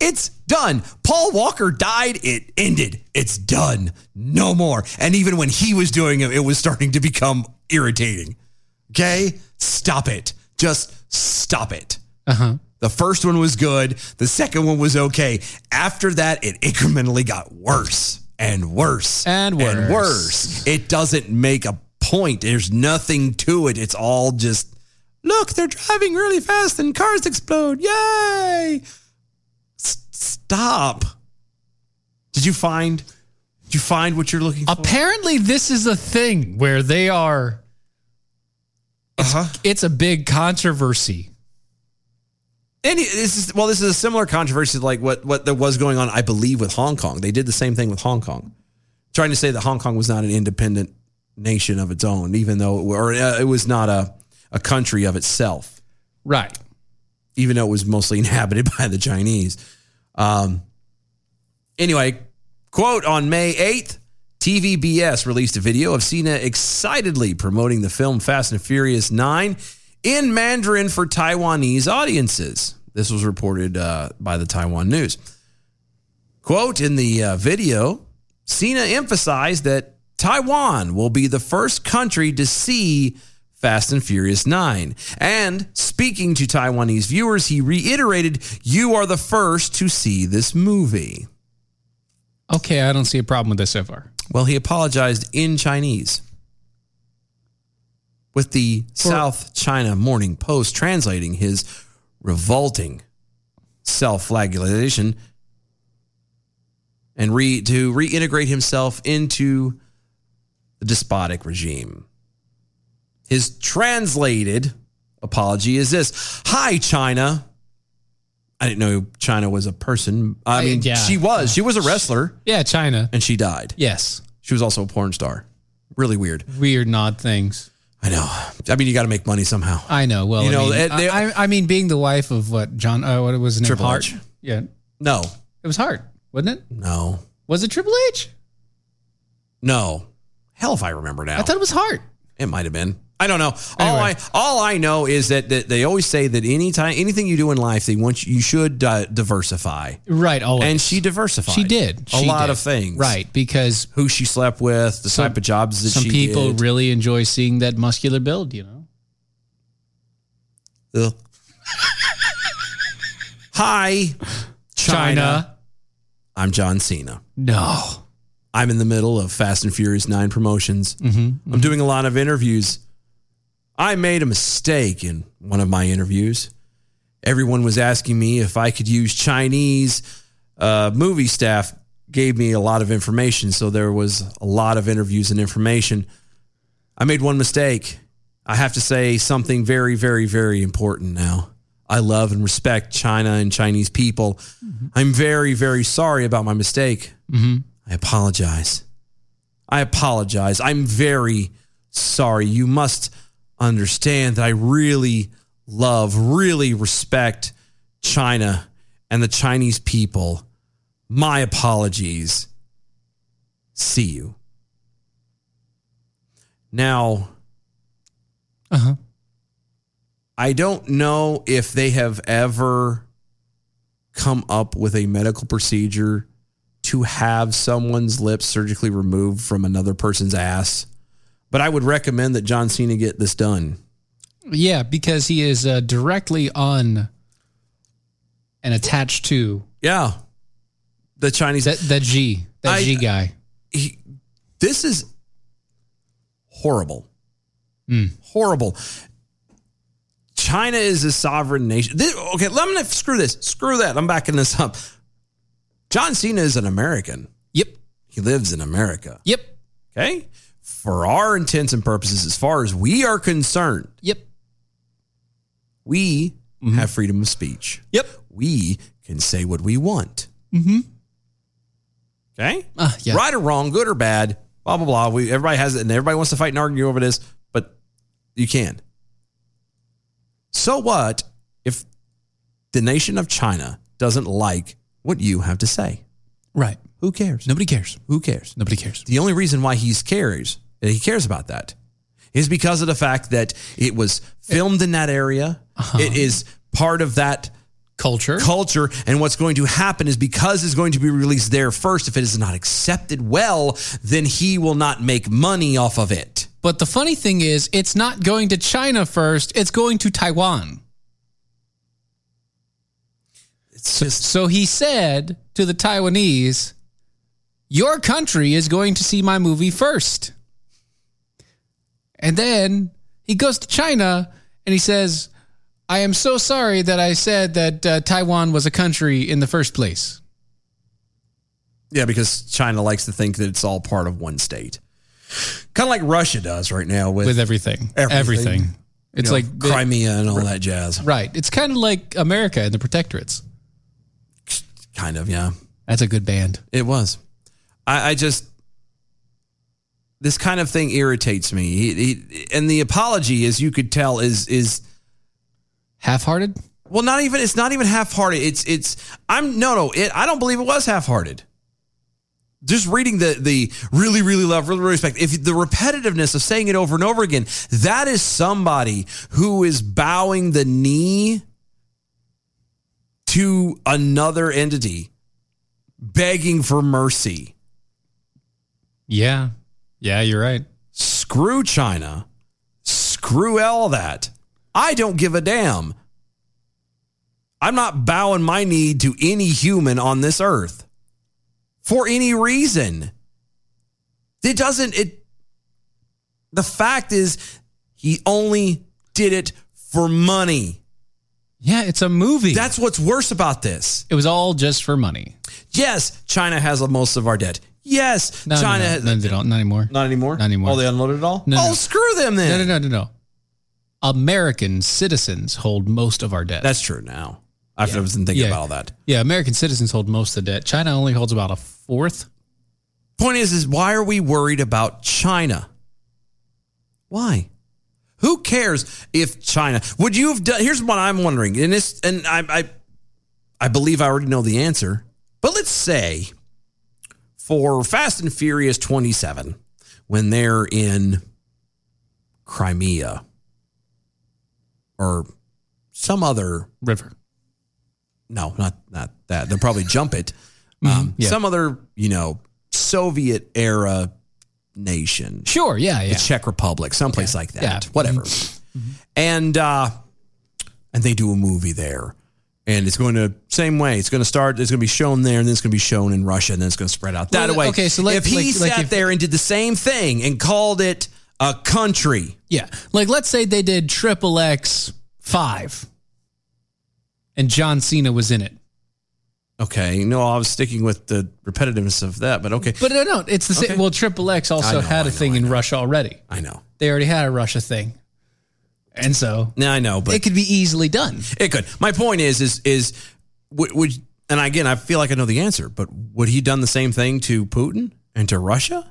it's done. Paul Walker died. It ended. It's done. No more. And even when he was doing it, it was starting to become irritating. Okay, stop it. Just stop it.
Uh huh.
The first one was good. The second one was okay. After that, it incrementally got worse and worse
And worse.
and worse. It doesn't make a point. There's nothing to it. It's all just look, they're driving really fast and cars explode. Yay! S- stop. Did you find? Did you find what you're looking for?
Apparently, this is a thing where they are.
Uh-huh.
It's a big controversy.
Any, this is, well, this is a similar controversy to like what, what there was going on, I believe, with Hong Kong. They did the same thing with Hong Kong, trying to say that Hong Kong was not an independent nation of its own, even though it, were- or uh, it was not a, a country of itself,
Right.
even though it was mostly inhabited by the Chinese. Um, anyway, quote on May 8th, TVBS released a video of Cena excitedly promoting the film Fast and Furious 9 in Mandarin for Taiwanese audiences. This was reported uh, by the Taiwan News. Quote in the uh, video, Cena emphasized that Taiwan will be the first country to see Fast and Furious 9. And speaking to Taiwanese viewers, he reiterated, You are the first to see this movie.
Okay, I don't see a problem with this so far.
Well, he apologized in Chinese with the South China Morning Post translating his revolting self-flagellation and re, to reintegrate himself into the despotic regime. His translated apology is this: "Hi, China." I didn't know China was a person. I
Uh,
mean,
yeah.
she was. She was a wrestler,
Yeah, China.
and she died.
Yes.
She was also a porn star. Really weird.
Weird and odd things.
I know. I mean, you got to make money somehow.
I know. Well,
You
I
know,
mean,
they-
I, I- I mean, being the wife of what John? Uh, what was his name?
Triple
Hart?
H.
Yeah,
No,
it was Hart, wasn't it?
no,
Was it Triple H?
no. Hell, if I remember now,
I thought it was Hart.
it might have been. I don't know. All I
Anyway.
all I know is that, that they always say that anytime anything you do in life, they want you, you should uh, diversify,
Right. Oh, Always.
and she diversified.
She did.
a
She
lot
did.
of things.
Right, because
Who she slept with, the
Some-
type of jobs that
some
she
people
did.
really enjoy seeing that muscular build. You know.
Ugh. Hi, China. I'm John Cena.
No.
I'm in the middle of Fast and Furious 9 promotions. I'm doing a lot of interviews. I made a mistake in one of my interviews. Everyone was asking me if I could use Chinese. Uh, movie staff gave me a lot of information, so there was a lot of interviews and information. I made one mistake. I have to say something very, very, very important now. I love and respect China and Chinese people. I'm very, very sorry about my mistake. I apologize. I apologize. I'm very sorry. You must understand that I really love, really respect China and the Chinese people. My apologies. See you. Now,
Uh huh.
I don't know if they have ever come up with a medical procedure to have someone's lips surgically removed from another person's ass. But I would recommend that John Cena get this done.
Yeah, because he is uh, directly on and attached to
Yeah. The Chinese
that that G that
I-
G guy.
he, this is horrible. Horrible. China is a sovereign nation. This, okay, let me screw this. Screw that. I'm backing this up. John Cena is an American.
Yep.
He lives in America.
Yep.
Okay. For our intents and purposes, as far as we are concerned,
Yep.
we have freedom of speech.
Yep.
We can say what we want. Okay. Right or wrong, good or bad, blah blah blah. We everybody has it, and everybody wants to fight and argue over this, but you can. So what if the nation of China doesn't like what you have to say?
Right.
Who cares?
Nobody cares.
Who cares?
Nobody cares.
The only reason why he's cares he cares about that is because of the fact that it was filmed in that area.
Uh-huh.
It is part of that
culture.
Culture and what's going to happen is because it's going to be released there first if it is not accepted well, then he will not make money off of it.
But the funny thing is, it's not going to China first. It's going to Taiwan.
It's just
so he said to the Taiwanese, "Your country is going to see my movie first. And then he goes to China and he says, "I am so sorry that I said that uh, Taiwan was a country in the first place."
Yeah, because China likes to think that it's all part of one state. Kind of like Russia does right now with,
With everything.
Everything.
Everything.
It's
It's
like
like the-
Crimea and all that jazz.
Right. It's kind of like America and the Protectorates.
Kind of, yeah.
That's a good band.
It was. I, I just this kind of thing irritates me. He, he, and the apology, as you could tell, is is
Half-hearted?
well, not even it's not even half-hearted. It's it's I'm no no. It, I don't believe it was half-hearted. Just reading the the really really love really, really respect. If the repetitiveness of saying it over and over again, that is somebody who is bowing the knee to another entity, begging for mercy.
Yeah. Yeah, you're right.
screw China, screw all that. I don't give a damn. I'm not bowing my knee to any human on this earth for any reason. It doesn't, it, the fact is, he only did it for money.
Yeah, it's a movie.
That's what's worse about this.
It was all just for money.
Yes, China has most of our debt. Yes,
No,
China
no,
has.
no, no, they don't. Not anymore.
Not anymore?
Not anymore.
Oh, they unloaded it all?
No,
oh,
no.
screw them then.
no, no, no, no, no. American citizens hold most of our debt.
That's true now. After I was thinking
Yeah.
about all that.
yeah, American citizens hold most of the debt. China only holds about a fourth.
Point is, is why are we worried about China? Why? Who cares if China? Would you have done? Here's what I'm wondering, and this, and I, I, I believe I already know the answer. But let's say for Fast and Furious 27, when they're in Crimea or some other
River.
no, not not that. They'll probably jump it. Um,
Mm-hmm. yeah.
Some other, you know, Soviet era nation,
Sure. Yeah. Yeah.
the Czech Republic, someplace like that,
Yeah. Mm-hmm.
whatever. And uh, and they do a movie there, and it's going to same way. It's going to start. It's going to be shown there, and then it's going to be shown in Russia, and then it's going to spread out that
Well,
way.
okay, so like-
if he
like-
sat
like if-
there and did the same thing and called it a country,
yeah. Like, let's say they did Triple X five, and John Cena was in it.
okay, no, I was sticking with the repetitiveness of that, but okay,
But no, no, it's the
Okay.
same. Well, Triple X also
I know,
had a
I know,
thing
I
in
know.
Russia already.
I know,
They already had a Russia thing, and so
now I know, but
it could be easily done.
It could. My point is, is, is would, would and again, I feel like I know the answer, but would he done the same thing to Putin and to Russia?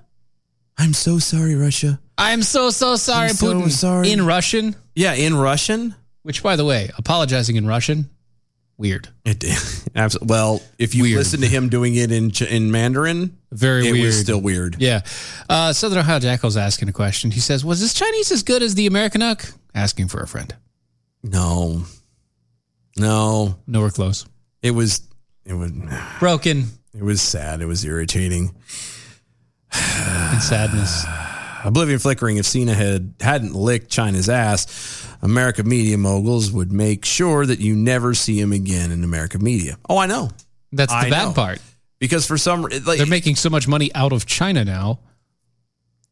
I'm so sorry, Russia.
I'm so so sorry,
I'm so
Putin.
sorry.
In Russian,
Yeah, in Russian.
which by the way, apologizing in Russian, weird,
It absolutely. Well, if you
Weird.
listen to him doing it in Ch- in Mandarin,
very
it
weird.
was still weird.
yeah. Uh, Southern Ohio Jackal's asking a question. He says, "Was this Chinese as good as the American Uck?" Asking for a friend.
No, no,
Nowhere close.
it was it was
Broken
it was sad. It was irritating.
in sadness.
Oblivion Flickering, if Cena had, hadn't licked China's ass, America media moguls would make sure that you never see him again in American media. Oh, I know.
That's the
I
bad
know.
part.
Because for some re- like,
They're making so much money out of China now,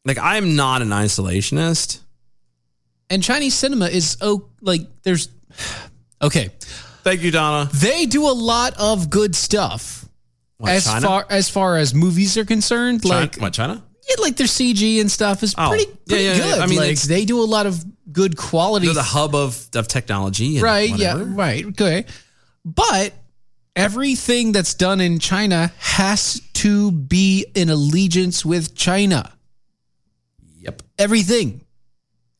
like I'm not an isolationist.
and Chinese cinema is oh like there's okay.
Thank you, Donna.
They do a lot of good stuff.
What,
as
China?
far as far as movies are concerned,
China?
like
what, China?
yeah, like their CG and stuff is
Oh,
pretty,
yeah,
pretty
yeah, yeah.
good.
I mean,
like
it's-
they do a lot of good quality,
They're the hub of, of technology. And
right?
whatever.
Yeah, right. Okay, but everything that's done in China has to be in allegiance with China.
Yep.
Everything.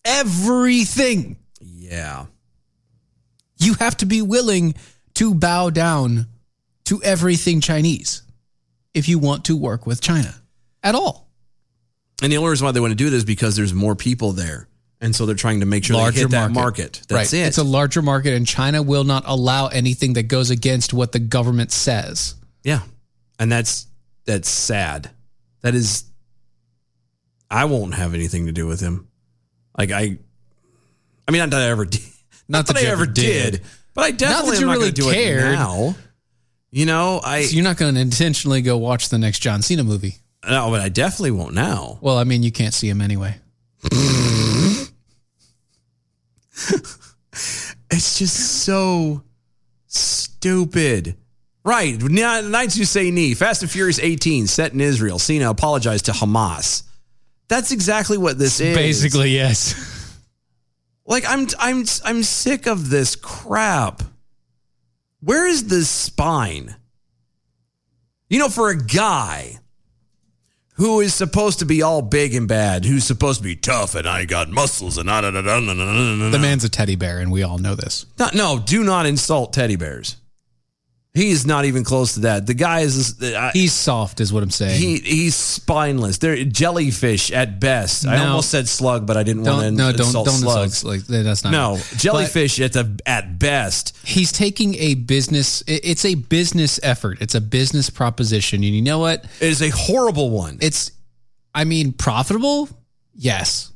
Everything.
Yeah.
You have to be willing to bow down to everything Chinese if you want to work with China at all.
And the only reason why they want to do it is because there's more people there. And so they're trying to make sure they hit that market. That's
right.
it.
It's a larger market, and China will not allow anything that goes against what the government says.
yeah. And that's that's sad. That is I won't have anything to do with him. Like I I mean not that I ever did. Not, that,
that you
I
ever
ever did.
did.
But I definitely
that you
am
really
not gonna do
cared.
it now. You know, I
So you're not going to intentionally go watch the next John Cena movie.
no, but I definitely won't now.
Well, I mean, you can't see him anyway.
It's just so stupid. Right. Now, Knights Who Say Knee, Fast and Furious 18, set in Israel. Cena apologized to Hamas. That's exactly what this is.
Basically, yes.
Like I'm I'm I'm sick of this crap. Where is the spine? You know, for a guy who is supposed to be all big and bad, who's supposed to be tough and I got muscles and da da da da da da da
The
da.
man's a teddy bear, and we all know this.
No, no, do not insult teddy bears. He is not even close to that. The guy is I,
He's soft, is what I'm saying.
he he's spineless. They're jellyfish at best. I
No.
almost said slug, but I didn't want to
don't no, don't
insult
don't
slugs.
insult like that's not
No,
But
jellyfish at the at best.
he's taking a business. it- It's a business effort. It's a business proposition, and you know what?
It is a horrible one.
It's, I mean, profitable. Yes,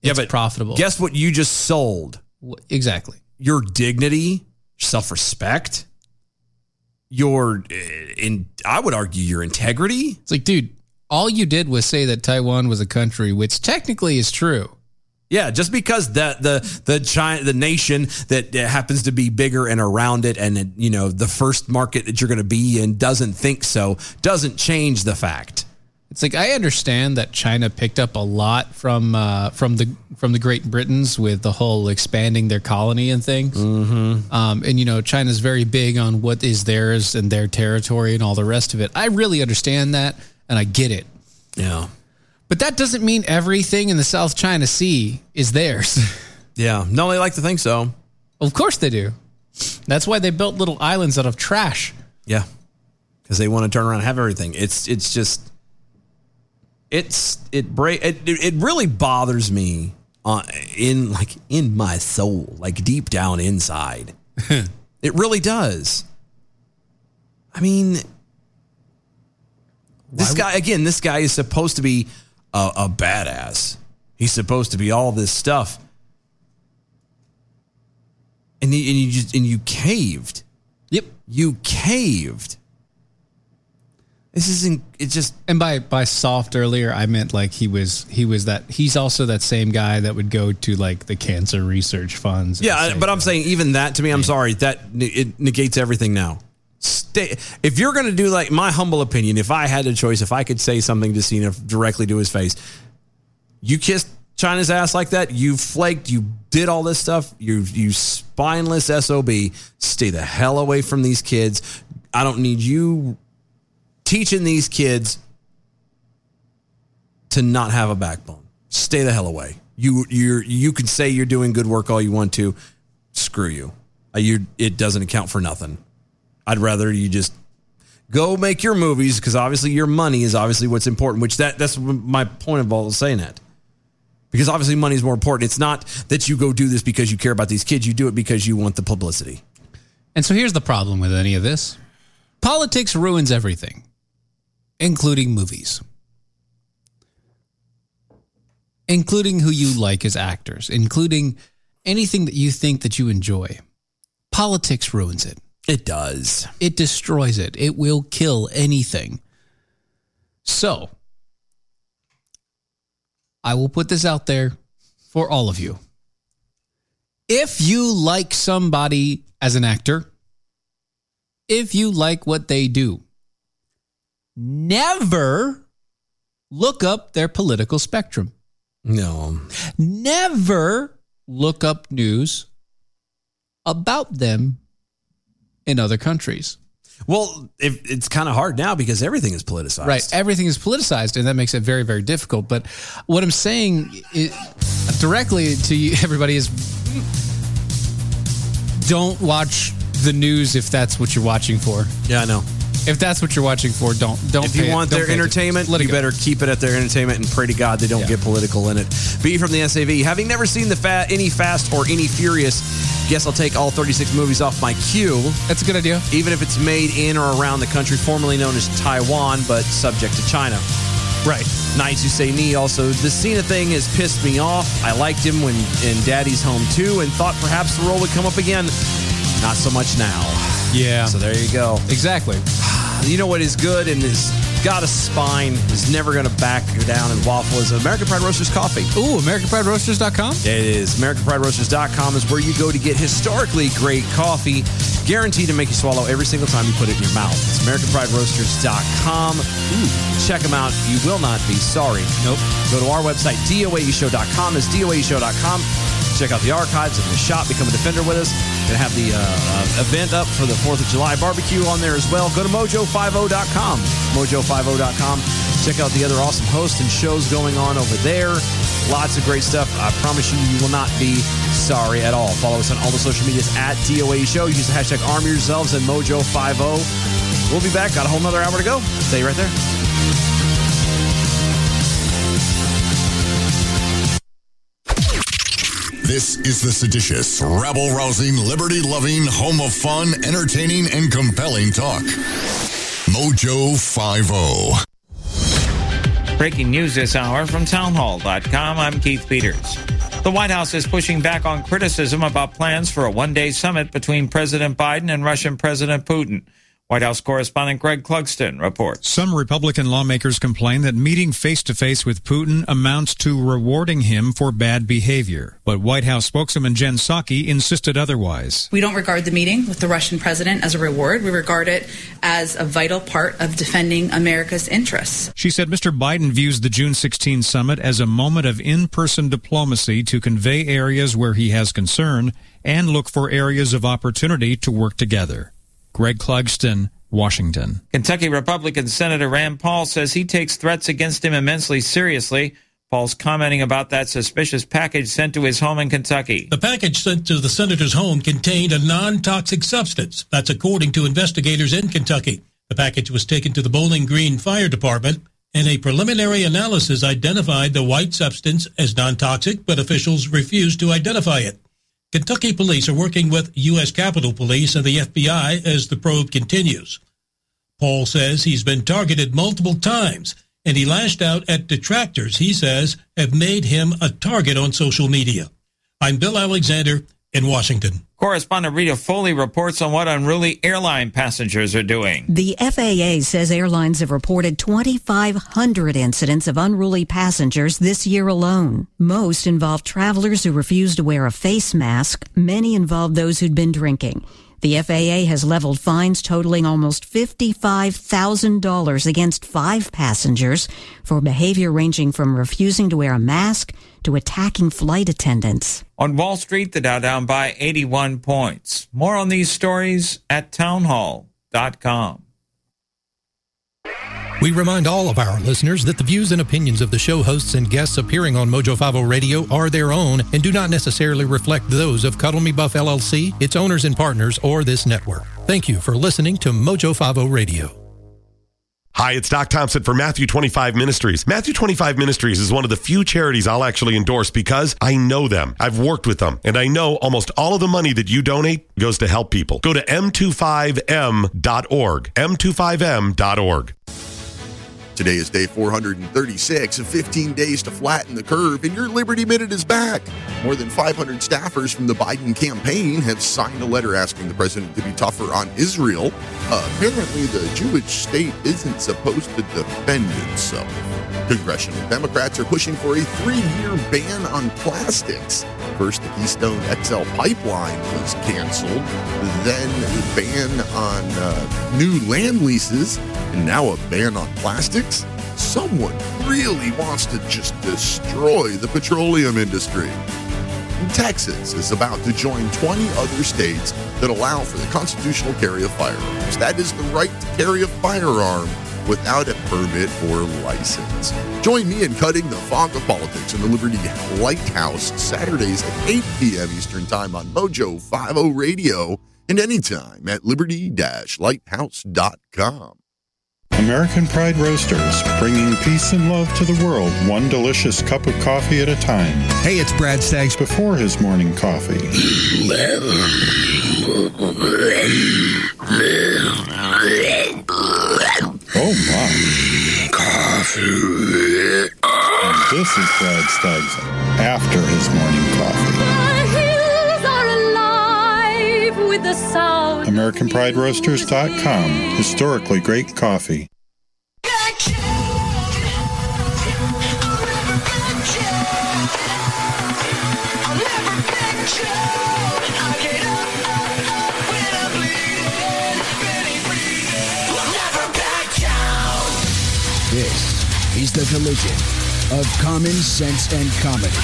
Yeah,
it's
but
profitable.
Guess what you just sold?
Wh- exactly.
Your dignity, self-respect, your uh, in I would argue your integrity.
It's like, dude, all you did was say that Taiwan was a country, which technically is true.
Yeah, just because the the the China, the nation that uh, happens to be bigger and around it, and uh, you know the first market that you're going to be in doesn't think so, doesn't change the fact.
It's like I understand that China picked up a lot from uh, from the from the Great Britons with the whole expanding their colony and things. Mm-hmm. Um, and you know, China's very big on what is theirs and their territory and all the rest of it. I really understand that, and I get it.
Yeah,
But that doesn't mean everything in the South China Sea is theirs.
yeah. No, they like to think so.
of course they do. That's why they built little islands out of trash.
Yeah, because they want to turn around and have everything. It's it's just it's it break it it really bothers me uh, in like in my soul, like deep down inside. it really does. I mean, this guy again. This guy is supposed to be a, a badass. He's supposed to be all this stuff, and you, and you just and you caved.
Yep.
You caved. This isn't. It just
And by by soft earlier, I meant like he was he was that he's also that same guy that would go to like the cancer research funds. and
yeah.
say-
I- But I'm saying even that to me, I'm sorry that ne- it negates everything now. Stay. If you're gonna do like my humble opinion, if I had a choice, if I could say something to Cena directly to his face, you kissed China's ass like that. You flaked. You did all this stuff. You you spineless sob. Stay the hell away from these kids. I don't need you teaching these kids to not have a backbone. Stay the hell away. You you you can say you're doing good work all you want to. Screw you. Uh, You it doesn't account for nothing. I'd rather you just go make your movies because obviously your money is obviously what's important. Which that that's my point of all saying that. Because obviously money is more important. It's not that you go do this because you care about these kids. You do it because you want the publicity.
And so here's the problem with any of this: politics ruins everything, including movies, including who you like as actors, including anything that you think that you enjoy. Politics ruins it.
It does.
It destroys it. It will kill anything. So, I will put this out there for all of you. If you like somebody as an actor, if you like what they do, never look up their political spectrum.
No.
Never look up news about them in other countries.
Well, if, it's kind of hard now because everything is politicized.
Right. Everything is politicized, and that makes it very, very difficult. But what I'm saying i directly to you, everybody is don't watch the news if that's what you're watching for.
Yeah, I know.
If that's what you're watching for, don't don't.
If you
pay-
want
don't
their
pay attention.
entertainment, you better keep it at their entertainment and pray to God they don't get political in it. B from the SAV. Having never seen the fa- any Fast or any Furious, guess I'll take all 36 movies off my queue.
That's a good idea.
Even if it's made in or around the country formerly known as Taiwan, but subject to China.
Right.
Knights Who Say Knee also. The Cena thing has pissed me off. I liked him when in Daddy's Home too, and thought perhaps the role would come up again. Not so much now.
Yeah.
So there you go.
Exactly.
You know what is good and has got a spine, is never going to back down and waffle is American Pride Roasters coffee.
Ooh, AmericanPrideRoasters.com.
It is. AmericanPrideRoasters.com is where you go to get historically great coffee, guaranteed to make you swallow every single time you put it in your mouth. It's AmericanPrideRoasters.com. Ooh, check them out. You will not be sorry. Nope. Go to our website, DOAEShow.com. It's DOAEShow.com. Check out the archives and the shop. Become a defender with us. Gonna have the uh, uh, event up for the 4th of July barbecue on there as well. Go to mojo50.com. Mojo50.com. Check out the other awesome hosts and shows going on over there. Lots of great stuff. I promise you, you will not be sorry at all. Follow us on all the social medias at DOA Show. Use the hashtag arm yourselves and Mojo50. We'll be back. Got a whole nother hour to go. Stay right there.
This is the seditious, rabble rousing, liberty loving, home of fun, entertaining, and compelling talk. Mojo oh. 50.
Breaking news this hour from townhall.com. I'm Keith Peters. The White House is pushing back on criticism about plans for a one day summit between President Biden and Russian President Putin. White House correspondent Greg Clugston reports.
Some Republican lawmakers complain that meeting face to face with Putin amounts to rewarding him for bad behavior. But White House spokeswoman Jen Psaki insisted otherwise.
We don't regard the meeting with the Russian president as a reward. We regard it as a vital part of defending America's interests.
She said Mr. Biden views the June 16 summit as a moment of in person diplomacy to convey areas where he has concern and look for areas of opportunity to work together. Greg Clugston, Washington.
Kentucky Republican Senator Rand Paul says he takes threats against him immensely seriously. Paul's commenting about that suspicious package sent to his home in Kentucky.
The package sent to the senator's home contained a non toxic substance. That's according to investigators in Kentucky. The package was taken to the Bowling Green Fire Department, and a preliminary analysis identified the white substance as non toxic, but officials refused to identify it. Kentucky police are working with U.S. Capitol Police and the FBI as the probe continues. Paul says he's been targeted multiple times, and he lashed out at detractors he says have made him a target on social media. I'm Bill Alexander in Washington.
Correspondent Rita Foley reports on what unruly airline passengers are doing.
The FAA says airlines have reported 2,500 incidents of unruly passengers this year alone. Most involved travelers who refused to wear a face mask. Many involved those who'd been drinking. The FAA has leveled fines totaling almost $55,000 against five passengers for behavior ranging from refusing to wear a mask to attacking flight attendants.
On Wall Street, the Dow down by 81 points. More on these stories at townhall.com.
We remind all of our listeners that the views and opinions of the show hosts and guests appearing on Mojo 50 Radio are their own and do not necessarily reflect those of Cuddle Me Buff LLC, its owners and partners, or this network. Thank you for listening to Mojo 50 Radio.
Hi, it's Doc Thompson for Matthew 25 Ministries. Matthew 25 Ministries is one of the few charities I'll actually endorse because I know them. I've worked with them, and I know almost all of the money that you donate goes to help people. Go to m25m.org. m25m.org.
Today is day 436 of 15 days to flatten the curve, and your Liberty Minute is back. More than 500 staffers from the Biden campaign have signed a letter asking the president to be tougher on Israel. Uh, apparently, the Jewish state isn't supposed to defend itself. Congressional Democrats are pushing for a three year ban on plastics. First, the Keystone XL pipeline was canceled, then, a ban on uh, new land leases, and now a ban on plastics? Someone really wants to just destroy the petroleum industry. Texas is about to join 20 other states that allow for the constitutional carry of firearms. That is the right to carry a firearm without a permit or license. Join me in cutting the fog of politics in the Liberty Lighthouse Saturdays at 8 p.m. Eastern Time on Mojo 50 Radio and anytime at liberty-lighthouse.com.
American Pride Roasters, bringing peace and love to the world, one delicious cup of coffee at a time. Hey, it's Brad Staggs. Before his morning coffee. oh my. Coffee. And this is Brad Staggs after his morning coffee. AmericanPrideRoasters.com. Historically great coffee.
This is the collision of common sense and comedy.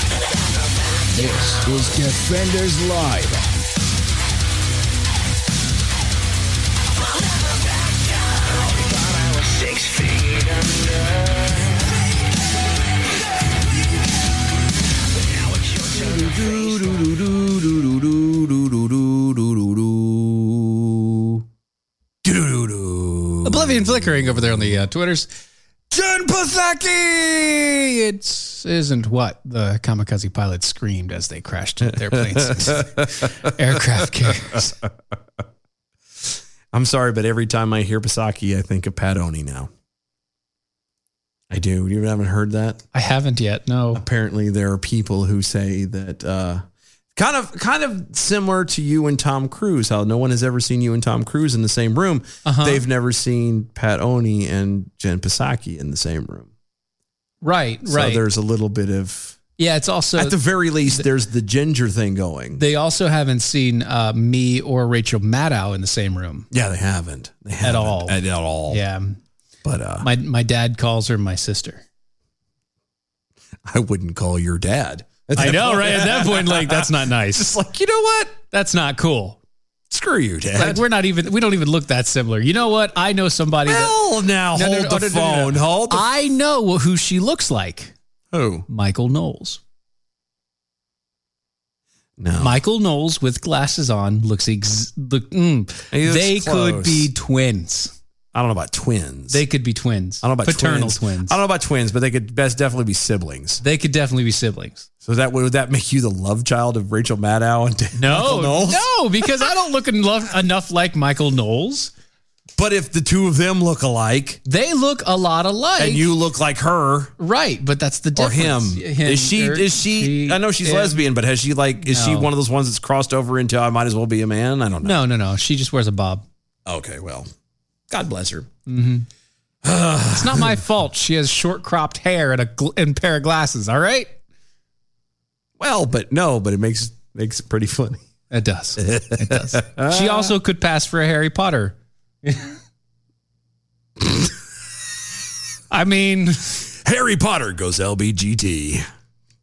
This is Defenders Live.
Oblivion flickering over there on the uh, Twitters. John Psaki. It isn't what the kamikaze pilots screamed as they crashed their planes. Aircraft carriers.
I'm sorry, but every time I hear Pisaki, I think of Pat Oni now. I do. You haven't heard that?
I haven't yet. No.
Apparently, there are people who say that uh, kind of kind of similar to you and Tom Cruise. How no one has ever seen you and Tom Cruise in the same room.
Uh-huh.
They've never seen Pat Oni and Jen Psaki in the same room.
Right,
So
right.
there's a little bit of
yeah, it's also
at the very least there's the ginger thing going.
They also haven't seen uh, me or Rachel Maddow in the same room.
Yeah, they haven't. They haven't
at all.
At, at all.
Yeah.
But uh,
my my dad calls her my sister.
I wouldn't call your dad. At
I
that
know,
point.
right? At that point, like that's not nice.
Just like you know what?
That's not cool.
Screw you, Dad.
Like, we're not even. We don't even look that similar. You know what? I know somebody.
Well,
that,
now, hold
oh,
the phone. Hold the- Oh,
I know who she looks like.
Who?
Michael Knowles.
No.
Michael Knowles with glasses on looks ex. Look, mm.
He looks
They could
close.
be twins.
I don't know about twins.
They could be twins.
I don't know about
paternal twins.
I don't know about twins, but they could best definitely be siblings.
They could definitely be siblings.
So that would that make you the love child of Rachel Maddow and
No,
Michael Knowles?
no, because I don't look enough, enough like Michael Knowles.
But if the two of them look alike,
they look a lot alike,
and you look like her,
right? But that's the
or him.
difference.
Is she?
or
Is she? I know she's
him.
lesbian, but has she like? Is she
No.
one of those ones that's crossed over into I might as well be a man? I don't know.
No, no, no. She just wears a bob.
Okay, well, God bless her.
hmm it's not my fault. She has short cropped hair and a gl- and pair of glasses. All right.
Well, but no, but it makes makes it pretty funny.
It does. It does. she also could pass for a Harry Potter. I mean,
Harry Potter goes LBGT.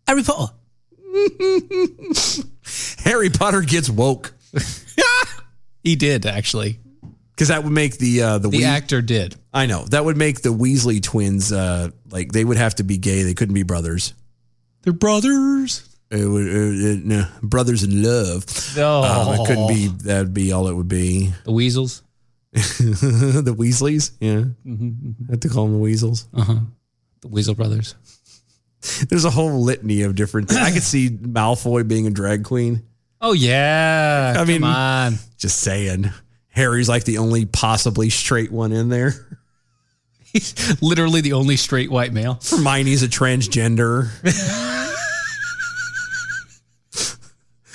Harry Potter.
Harry Potter gets woke.
he did actually,
because that would make the uh, the,
The
Wee-
actor did.
I know that would make the Weasley twins uh, like they would have to be gay. They couldn't be brothers.
They're brothers.
It would, it- it- no, brothers in love.
No.
Um, it couldn't be. That'd be all it would be.
The Weasels.
the Weasleys. Yeah,
Mhm.
I have to call them the Weasels.
Uh huh. The Weasel Brothers.
There's a whole litany of different. I could see Malfoy being a drag queen.
Oh yeah.
I mean,
come on.
Just saying. Harry's like the only possibly straight one in there.
He's literally the only straight white male.
Hermione's a transgender.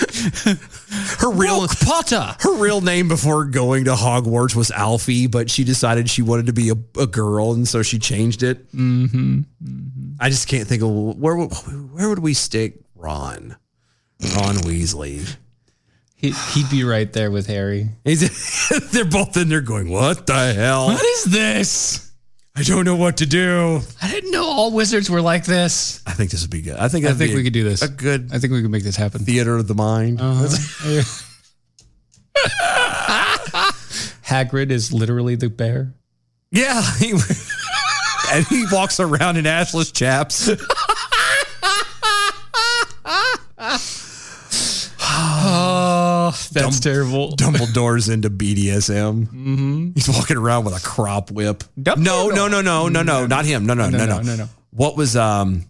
her real
Potter.
Her real name before going to Hogwarts was Alfie, but she decided she wanted to be a, a girl, and so she changed it.
Mm-hmm.
I just can't think of where would- where would we stick Ron, Ron Weasley.
He, he'd be right there with Harry.
He's, they're both in there going, "What the hell?
What is this?
I don't know what to do."
I didn't know all wizards were like this.
I think this would be good. I think
I
that'd
think
be
we
a-
could do Oh. this.
A good
I think we could make this happen.
theater of the mind.
Uh-huh. Hagrid is literally the bear?
Yeah, he, and he walks around in ashless chaps.
Oh, that's terrible.
Dumbledore's into BDSM.
Mm-hmm.
He's walking around with a crop whip. No, no, no, no, no, no, no, not him. No, no, no, no,
no, no.
What was um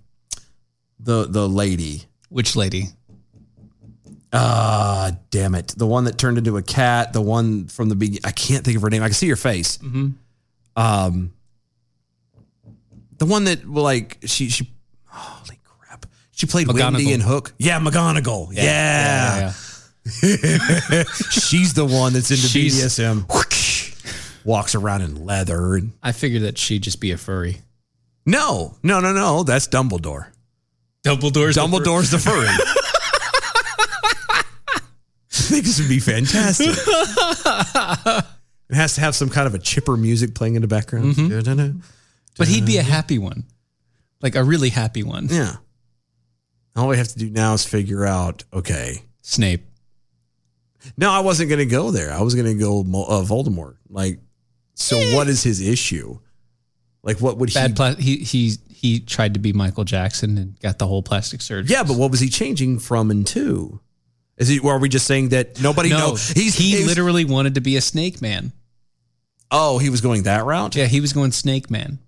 the the lady?
Which lady?
Ah, damn it! The one that turned into a cat. The one from the beginning. I can't think of her name. I can see your face.
Mm-hmm.
Um, the one that like she she holy crap she played Wendy
McGonagall.
and Hook. Yeah, McGonagall. Yeah.
Yeah,
She's the one that's into
She's-
BDSM. Walks around in leather. And
I figured that she'd just be a furry.
no, no, no, no. That's Dumbledore.
Dumbledore's
Dumbledore's the furry. I think this would be fantastic. it has to have some kind of a chipper music playing in the background.
But he'd be a happy one, like a really happy one.
Mm-hmm. Yeah. All we have to do now is figure out. Okay,
Snape.
No, I wasn't going to go there. I was going to go Mo- uh, Voldemort. Like, so what is his issue? Like, what would he?
Bad pla- he he he tried to be Michael Jackson and got the whole plastic surgery.
yeah, but what was he changing from and to? Is he? Are we just saying that nobody
no,
knows?
He's, he
was-
literally wanted to be a snake man.
Oh, he was going that route.
Yeah, he was going snake man.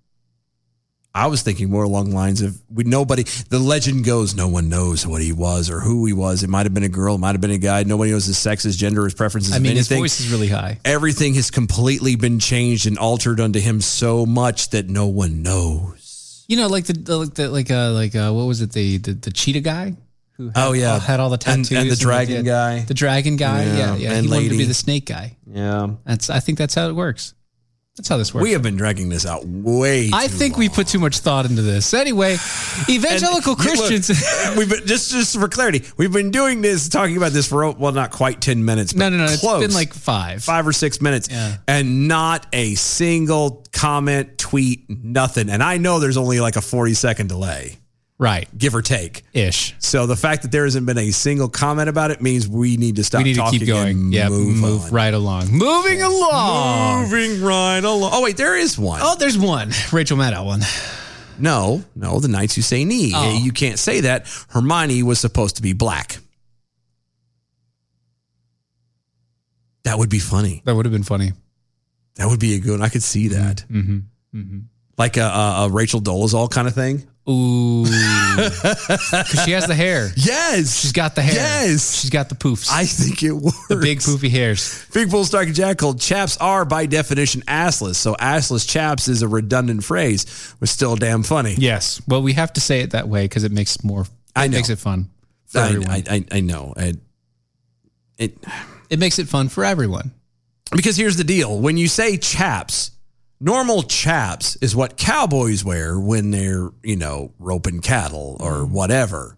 I was thinking more along lines of we nobody. The legend goes, no one knows what he was or who he was. It might have been a girl, it might have been a guy. Nobody knows his sex, his gender, his preferences.
I
of
mean, his
anything.
voice is really high.
everything has completely been changed and altered unto him so much that no one knows.
You know, like the, the like the like uh like uh what was it the the, the cheetah guy who had,
Oh, yeah.
had all the
And- and
tattoos
the dragon
yeah,
guy.
the dragon guy yeah
Yeah,
yeah,
and
he wanted to
lady.
be the snake guy.
Yeah.
That's I think that's how it works. That's how this works.
We have been dragging this out way.
I
too
think we put too much thought into this. Anyway, evangelical
And, yeah, look,
Christians.
we've been just just for clarity, we've been doing this, talking about this for oh, well, not quite ten minutes. But
no, no, no.
close,
It's been like five.
five or six minutes,
Yeah.
and not a single comment, tweet, nothing. And I know there's only like a forty second delay,
Right.
give or take.
Ish.
So the fact that there hasn't been a single comment about it means we need to stop.
we need to
talking
keep going.
and
Yeah.
move,
Move,
on.
right along. Moving along.
Moving right along. Oh wait, there is one.
Oh, there's one. Rachel Maddow one.
No, no, the Knights Who Say Knee.
Oh.
You can't say that. Hermione was supposed to be black. That would be funny.
That would have been funny.
That would be a good one. I could see that.
Mm-hmm.
Like a, a, a Rachel Dolezal kind of thing.
Ooh. 'Cause she has the hair.
Yes.
She's got the hair.
Yes.
She's got the poofs.
I think it works.
the big poofy hairs.
Big Bull Stark and Jack called chaps are by definition assless. So assless chaps is a redundant phrase, but still damn funny.
Yes. Well, we have to say it that way because it makes more. It
I know.
makes it fun. For
I,
everyone.
I, I, I know. I, it,
it makes it fun for everyone.
Because here's the deal when you say chaps, normal chaps is what cowboys wear when they're, you know, roping cattle or whatever,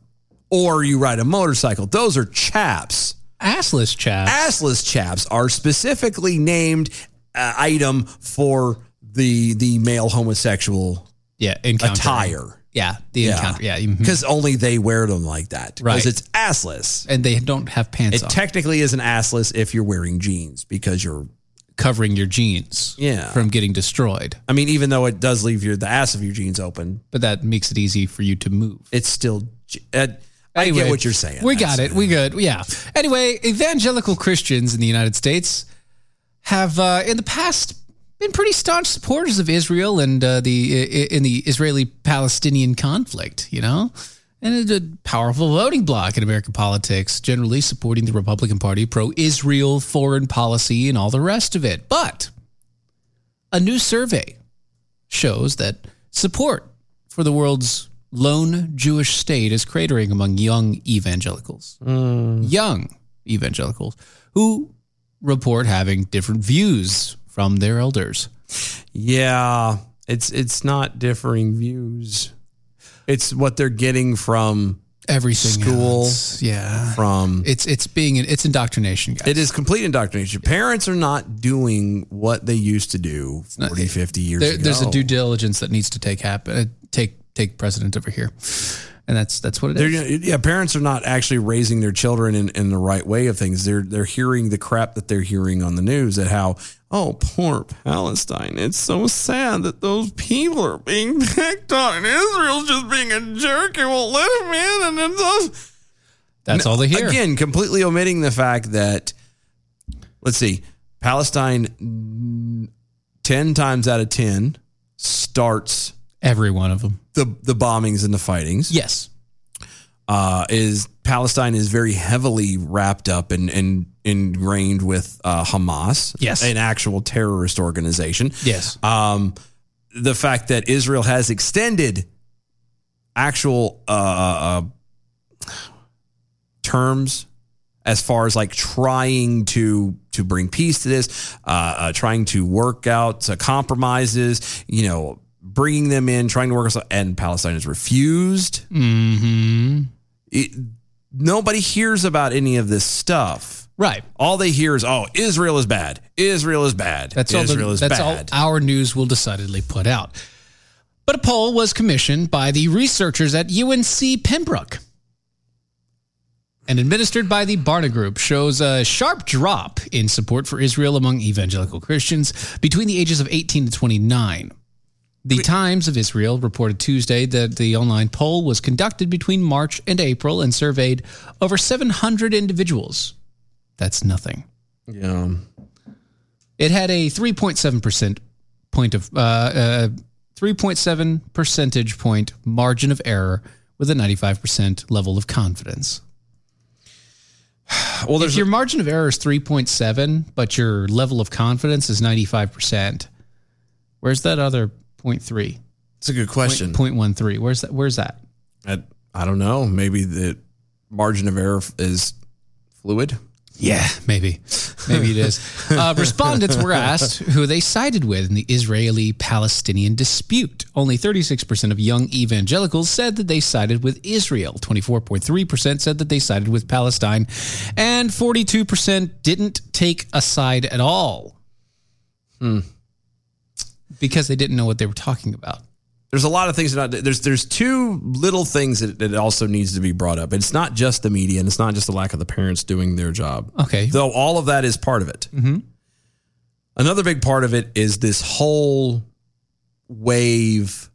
or you ride a motorcycle. Those are chaps.
Assless chaps.
Assless chaps are specifically named uh, item for the the male homosexual
yeah. Encounter.
attire
Yeah. The
Yeah.
encounter. Yeah. mhm.
because only they wear them like that because
Right.
it's assless.
and they don't have pants
It
on,
technically is an assless if you're wearing jeans because you're
covering your jeans
Yeah.
from getting destroyed.
I mean, even though it does leave your the ass of your jeans open,
But that makes it easy for you to move.
it's still. j- Uh, I get what you're saying.
We got it. We good. Yeah. Anyway, evangelical Christians in the United States have uh, in the past been pretty staunch supporters of Israel and uh, the i- in the Israeli-Palestinian conflict. You know. And it's a powerful voting bloc in American politics, generally supporting the Republican Party, pro Israel foreign policy, and all the rest of it. But a new survey shows that support for the world's lone Jewish state is cratering among young evangelicals.
Hmm.
Young evangelicals who report having different views from their elders.
Yeah, it's it's not differing views. It's what they're getting from
Everything
School.
else. yeah.
from.
It's it's being it's indoctrination, guys.
It is complete indoctrination. Parents are not doing what they used to do 40, 50 years
There,
ago.
there's a due diligence that needs to take happen. Uh, take take precedent over here, and that's that's what it is.
They're, yeah, parents are not actually raising their children in, in the right way of things. They're they're hearing the crap that they're hearing on the news at how Oh, poor Palestine. It's so sad that those people are being picked on, and Israel's just being a jerk and won't let him in. And then those.
That's all they hear.
Again, completely omitting the fact that, let's see, Palestine, 10 times out of 10, starts
every one of them
the, the bombings and the fightings.
Yes.
Uh, is Palestine is very heavily wrapped up and, and ingrained with uh, Hamas,
Yes.
an actual terrorist organization.
Yes.
Um, the fact that Israel has extended actual uh, uh, terms as far as like trying to to bring peace to this, uh, uh, trying to work out uh, compromises, you know, bringing them in, trying to work, and Palestine has refused.
Mm-hmm.
It, nobody hears about any of this stuff.
Right.
All they hear is, "Oh, Israel is bad. Israel is bad.
That's all. the-
Israel is
that's
bad."
all our news will decidedly put out. But a poll was commissioned by the researchers at UNC Pembroke and administered by the Barna Group shows a sharp drop in support for Israel among evangelical Christians between the ages of 18 to 29. The Times of Israel reported Tuesday that the online poll was conducted between March and April and surveyed over 700 individuals. That's nothing.
Yeah.
It had a 3.7% point of uh, uh, 3.7 percentage point margin of error with a 95% level of confidence.
Well,
uh, if your margin of error is 3.7, but your level of confidence is 95%, where's that other 0.3?
It's a good question.
Point, 0.13. Where's that? Where's that?
I, I don't know. Maybe the margin of error f- is fluid.
Yeah, maybe. Maybe it is. Uh, respondents were asked who they sided with in the Israeli Palestinian dispute. Only 36% of young evangelicals said that they sided with Israel, 24.3% said that they sided with Palestine, and 42% didn't take a side at all. Because they didn't know what they were talking about.
There's a lot of things that not, there's there's two little things that, that also needs to be brought up. It's not just the media, and it's not just the lack of the parents doing their job.
Okay.
Though all of that is part of it.
Mm-hmm.
Another big part of it is this whole wave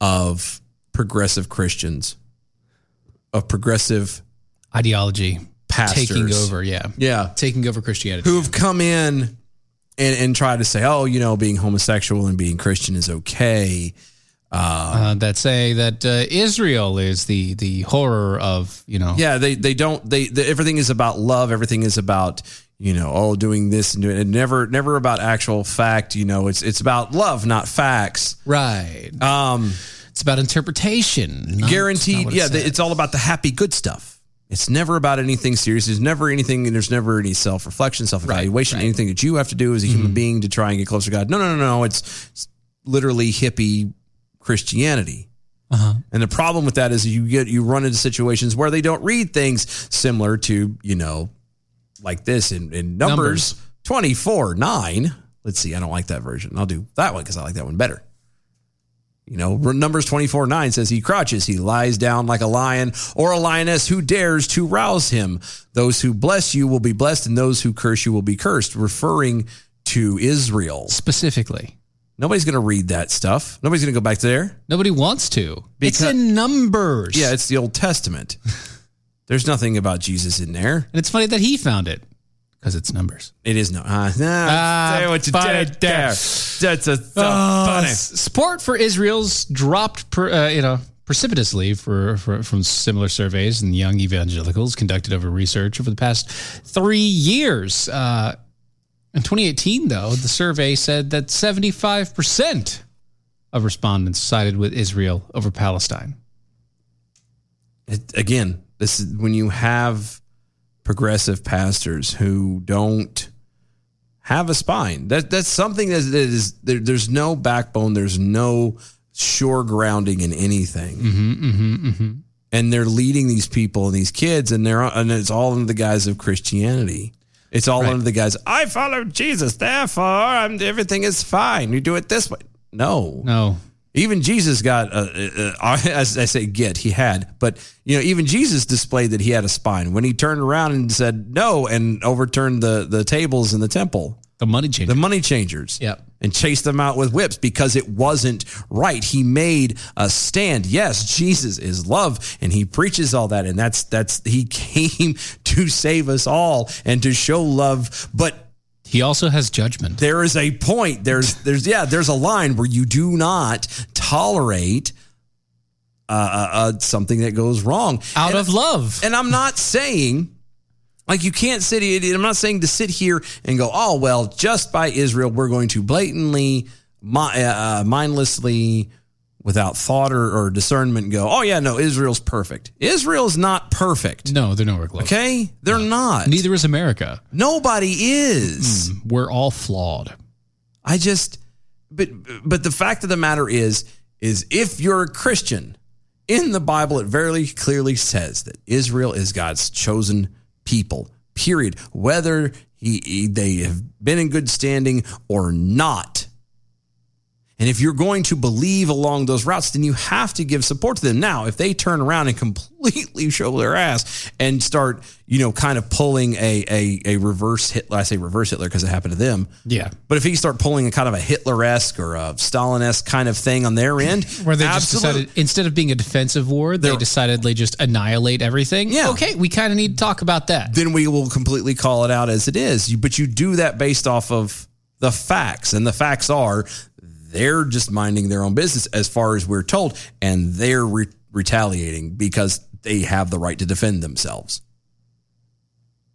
of progressive Christians, of progressive
Ideology
pastors
taking over, yeah.
yeah,
Taking over Christianity.
who've come in and and try to say, oh, you know, being homosexual and being Christian is okay.
Uh, that say that uh, Israel is the the horror of you know
Yeah, they they don't they, they everything is about love. Everything is about you know oh doing this and doing and never never about actual fact. You know, it's it's about love, not facts.
Right.
Um,
it's about interpretation. not- not
guaranteed.
what it
yeah, they-
says.
it's all about the happy good stuff. It's never about anything serious. There's never anything, and there's never any self reflection, self evaluation, anything that you have to do as a
Mm-hmm.
human being to try and get closer to God. No, no, no, no. It's, it's literally hippie Christianity. And the problem with that is you get you run into situations where they don't read things similar to you know, like this in, in numbers,
Numbers.
twenty four nine. Let's see, I don't like that version. I'll do that one because I like that one better. You know, numbers twenty four nine says he crouches, he lies down like a lion or a lioness who dares to rouse him. Those who bless you will be blessed, and those who curse you will be cursed, referring to Israel.
specifically.
Nobody's going to read that stuff. Nobody's going to go back there.
Nobody wants to.
Because-
it's in numbers.
Yeah, it's the Old Testament. There's nothing about Jesus in there.
and it's funny that he found it because it's numbers.
It is no. Uh, nah,
Ah,
say what you
funny
did there.
death.
That's a so
Uh,
funny.
s- Support for Israel's dropped, per, uh, you know, precipitously for, for from similar surveys and young evangelicals conducted over research over the past three years. Uh, in 2018, though, the survey said that 75 percent of respondents sided with Israel over Palestine.
It- again, this is when you have progressive pastors who don't have a spine. That that's something that, that is there, there's no backbone. There's no sure grounding in anything.
Mm-hmm,
and they're leading these people and these kids, and they're and it's all under the guise of Christianity. It's all under the guise. I follow Jesus, therefore I'm, everything is fine. You do it this way. No,
No,
even Jesus got. Uh, uh, uh, as I say, get he had, but you know, even Jesus displayed that he had a spine when he turned around and said no and overturned the the tables in the temple.
The money changers.
The money changers.
Yep.
And chased them out with whips because it wasn't right. He made a stand. Yes, Jesus is love, and he preaches all that. And that's that's he came to save us all and to show love. But
he also has judgment.
There is a point. There's there's yeah, there's a line where you do not tolerate uh, uh, uh, something that goes wrong
out of love.
And I'm not saying, like, you can't sit. here- I'm not saying to sit here and go, oh well, just by Israel, we're going to blatantly, mi- uh, uh, mindlessly, without thought or, or discernment, go, oh yeah, no, Israel's perfect. Israel's not perfect.
No, they're nowhere close.
Okay, they're not.
Neither Mm-hmm. is America.
Nobody is.
We're all flawed.
I just but but the fact of the matter is is if you're a Christian in the Bible it very clearly says that Israel is God's chosen people. Period. Whether he, he- they have been in good standing or not. And if you're going to believe along those routes, then you have to give support to them. Now, if they turn around and completely show their ass and start, you know, kind of pulling a a, a reverse Hitler, I say reverse Hitler because it happened to them.
Yeah.
But if you start pulling a kind of a Hitler esque or a Stalin esque kind of thing on their end,
Where they just
absolute-
decided instead of being a defensive war, they decided they just annihilate everything. Yeah. Okay, we kind of need to talk about that.
then we will completely call it out as it is. You- But you do that based off of the facts, and the facts are they're just minding their own business as far as we're told, and they're re- retaliating because they have the right to defend themselves.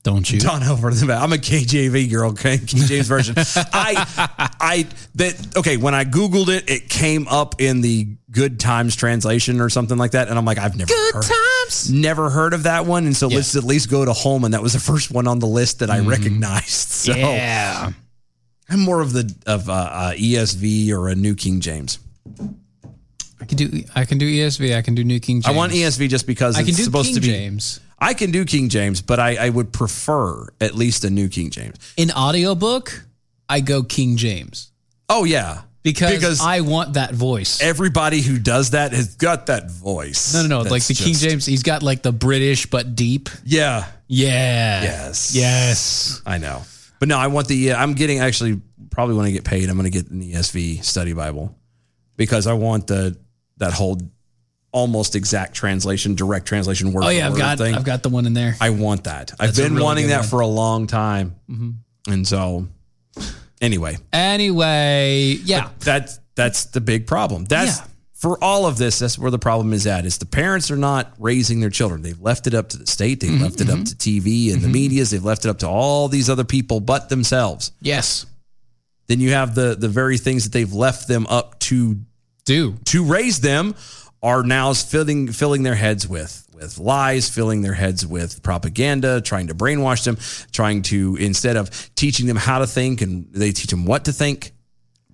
Don't you?
Don over the back. I'm a KJV girl, okay? King James version. I, I that okay. When I googled it, it came up in the Good Times translation or something like that, and I'm like, I've never
Good
heard,
times.
never heard of that one. And so let's at least go to Holman. That was the first one on the list that I recognized. So
Mm-hmm. Yeah.
I'm more of the of uh, uh, ESV or a New King James.
I can do E, I can do ESV, I can do New King James.
I want ESV just because
I can
it's
do
supposed
King
to be
James.
I can do King James, but I, I would prefer at least a New King James.
In audiobook, I go King James.
Oh yeah,
Because,
Because-
I want that voice.
Everybody who does that has got that voice.
No, no, no. like
That's
the King
just-
James, he's got like the British but deep.
Yeah.
Yeah.
Yes.
Yes.
I know. But no, I want the. Uh, I'm getting actually probably when I get paid, I'm going to get an ESV study Bible because I want the that whole almost exact translation, direct translation word.
Oh
for
yeah, I've
word
got
thing.
I've got the one in there.
I want that. I've
That's a
been
really
wanting
good
that
one.
for a long time,
Mhm.
and so anyway,
Anyway, yeah.
But that's that's the big problem. That's
Yeah.
for all of this. That's where the problem is at. Is the parents are not raising their children. They've left it up to the state. They've
Mm-hmm.
left it up to TV and the media's. They've left it up to all these other people but themselves.
Yes.
Then you have the the very things that they've left them up to
do
to raise them are now filling filling their heads with with lies, filling their heads with propaganda, trying to brainwash them, trying to instead of teaching them how to think and they teach them what to think.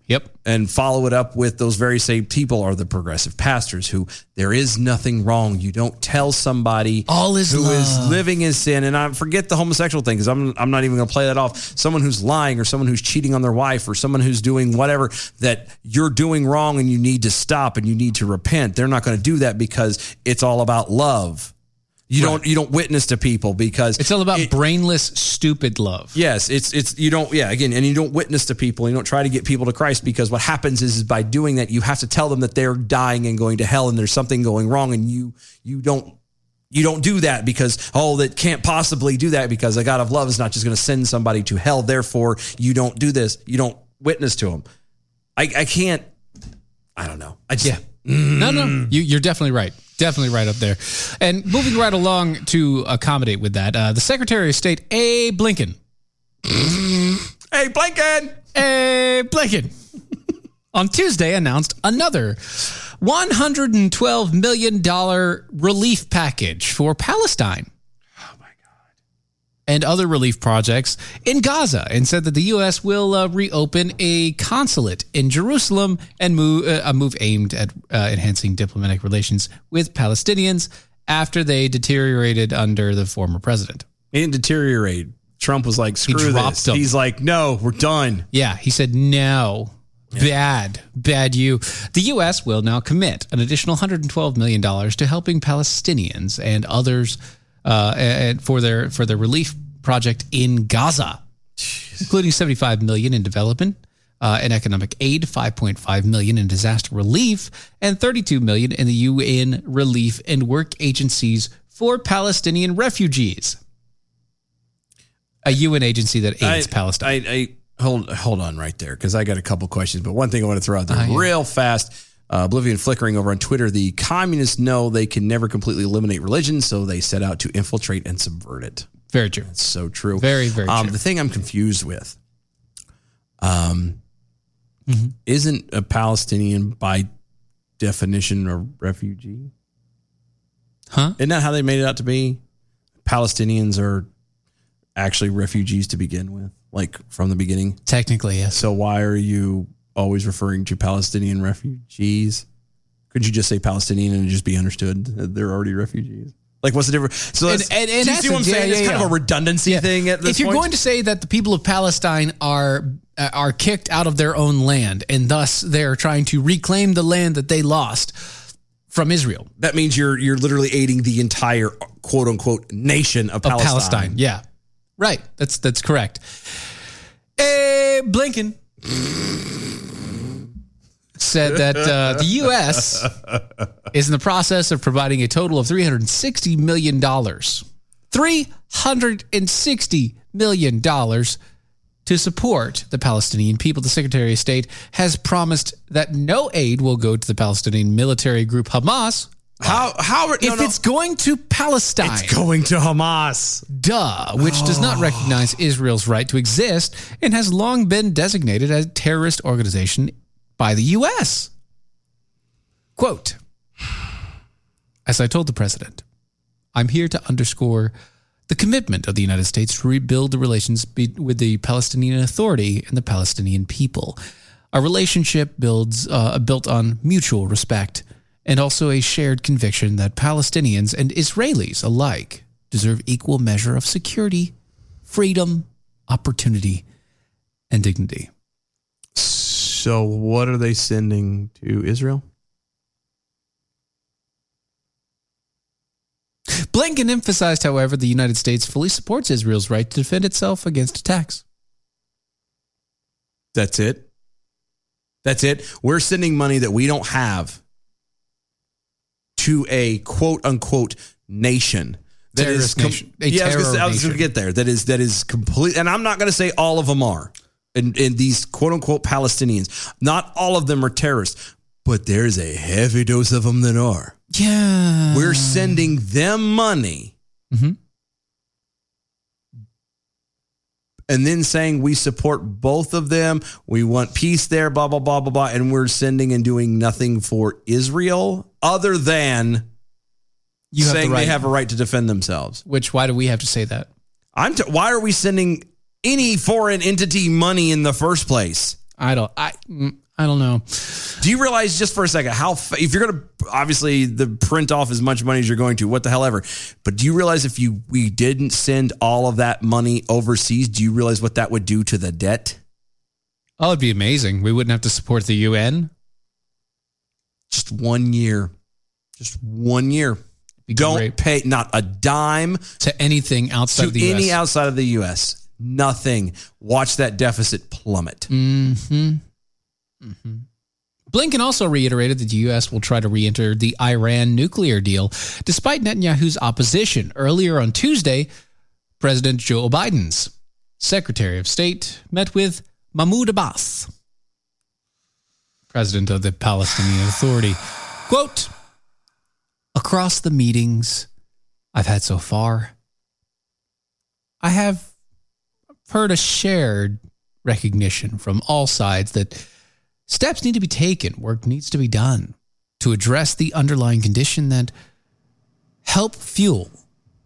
Yep.
And follow it up with those very same people are the progressive pastors who there is nothing wrong. You don't tell somebody
All is
who is
love.
living in sin. And I forget the homosexual thing because I'm I'm not even going to play that off. Someone who's lying or someone who's cheating on their wife or someone who's doing whatever that you're doing wrong and you need to stop and you need to repent. They're not going to do that because it's all about love. You don't you don't witness to people because
It's all about brainless, stupid love.
Yes, it's it's you don't yeah again, and you don't witness to people. You don't try to get people to Christ because what happens is, is by doing that you have to tell them that they're dying and going to hell and there's something going wrong, and you you don't you don't do that because oh that can't possibly do that because a God of love is not just going to send somebody to hell. Therefore, you don't do this. You don't witness to them. I I can't. I don't know. I just yeah.
No, no,
Mm.
you, you're definitely right. Definitely right up there. And moving right along to accommodate with that, uh, the Secretary of State, A. Blinken.
Hey, Blinken.
A. Blinken. On Tuesday, announced another $112 million relief package for Palestine. and other relief projects in Gaza and said that the U.S. will uh, reopen a consulate in Jerusalem and move uh, a move aimed at uh, enhancing diplomatic relations with Palestinians after they deteriorated under the former president.
It didn't deteriorate. Trump was like,
He
screw
dropped
this.
them.
He's like, no, we're done.
Yeah, he said no. Bad, bad you. The U.S. will now commit an additional $112 million to helping Palestinians and others uh, and for their for their relief project in Gaza. including 75 million in development uh, and economic aid, 5.5 million in disaster relief, and 32 million in the UN relief and work agencies for Palestinian refugees. A UN agency that aids
I,
Palestine.
I, I hold hold on right there because I got a couple questions, but one thing I want to throw out there
Ah, yeah.
real fast. Uh, Oblivion flickering over on Twitter. The communists know they can never completely eliminate religion, so they set out to infiltrate and subvert it.
Very true.
That's so true.
Very, very
um,
true.
The thing I'm confused with, um,
Mm-hmm.
isn't a Palestinian by definition a refugee?
Huh?
Isn't that how they made it out to be? Palestinians are actually refugees to begin with, like from the beginning.
Technically, yes.
So why are you always referring to Palestinian refugees? Could you just say Palestinian and just be understood that they're already refugees? Like, what's the difference? So,
And-
that's,
and- and
do you
that's
see what I'm
it. Yeah,
saying? it's
yeah,
kind of
yeah.
a redundancy thing at this
if you're
point.
going to say that the people of Palestine are uh, are kicked out of their own land and thus they're trying to reclaim the land that they lost from Israel
that means you're you're literally aiding the entire quote unquote nation of Palestine.
of Palestine. Yeah. Right. That's that's correct. Eh, Blinken said that uh, the U.S. is in the process of providing a total of $360 million. $360 million to support the Palestinian people. The Secretary of State has promised that no aid will go to the Palestinian military group Hamas.
How, how,
if it's going to Palestine, it's
going to Hamas. Oh.
Duh, which does not recognize Israel's right to exist and has long been designated as a terrorist organization by the U.S. Quote As I told the president, I'm here to underscore the commitment of the United States to rebuild the relations be- with the Palestinian Authority and the Palestinian people. Our relationship builds uh, built on mutual respect and also a shared conviction that Palestinians and Israelis alike deserve equal measure of security, freedom, opportunity, and dignity.
So what are they sending to Israel?
Blinken emphasized, however, the United States fully supports Israel's right to defend itself against attacks.
That's it. That's it. We're sending money that we don't have to a quote unquote nation. That is
Terrorist nation. A
yeah, I was gonna
terror
say- I was going to
nation.
get there. That is that is complete. And I'm not going to say all of them are. And, and these quote unquote Palestinians, not all of them are terrorists, but there's a heavy dose of them that are.
Yeah.
We're sending them money
Mhm.
and then saying we support both of them. We want peace there, blah, blah, blah, blah, blah. And we're sending and doing nothing for Israel other than
You have the
saying they
right.
have a right to defend themselves.
Which, why do we have to say that?
I'm t- why are we sending any foreign entity money in the first place?
I don't. I mm, I don't know.
Do you realize just for a second how f- if you're going to obviously the print off as much money as you're going to what the hell ever, but do you realize if you we didn't send all of that money overseas, do you realize what that would do to the debt?
Oh, it'd be amazing. We wouldn't have to support the UN.
Just one year, just one year. Don't pay not a dime
to anything outside
to
of the
any
US.
outside of the U.S. Nothing. Watch that deficit plummet.
hmm hmm Blinken also reiterated that the U.S. will try to re enter the Iran nuclear deal, despite Netanyahu's opposition. Earlier on Tuesday, President Joe Biden's Secretary of State met with Mahmoud Abbas, president of the Palestinian Authority. Quote Across the meetings I've had so far, I have heard a shared recognition from all sides that steps need to be taken, work needs to be done to address the underlying condition that help fuel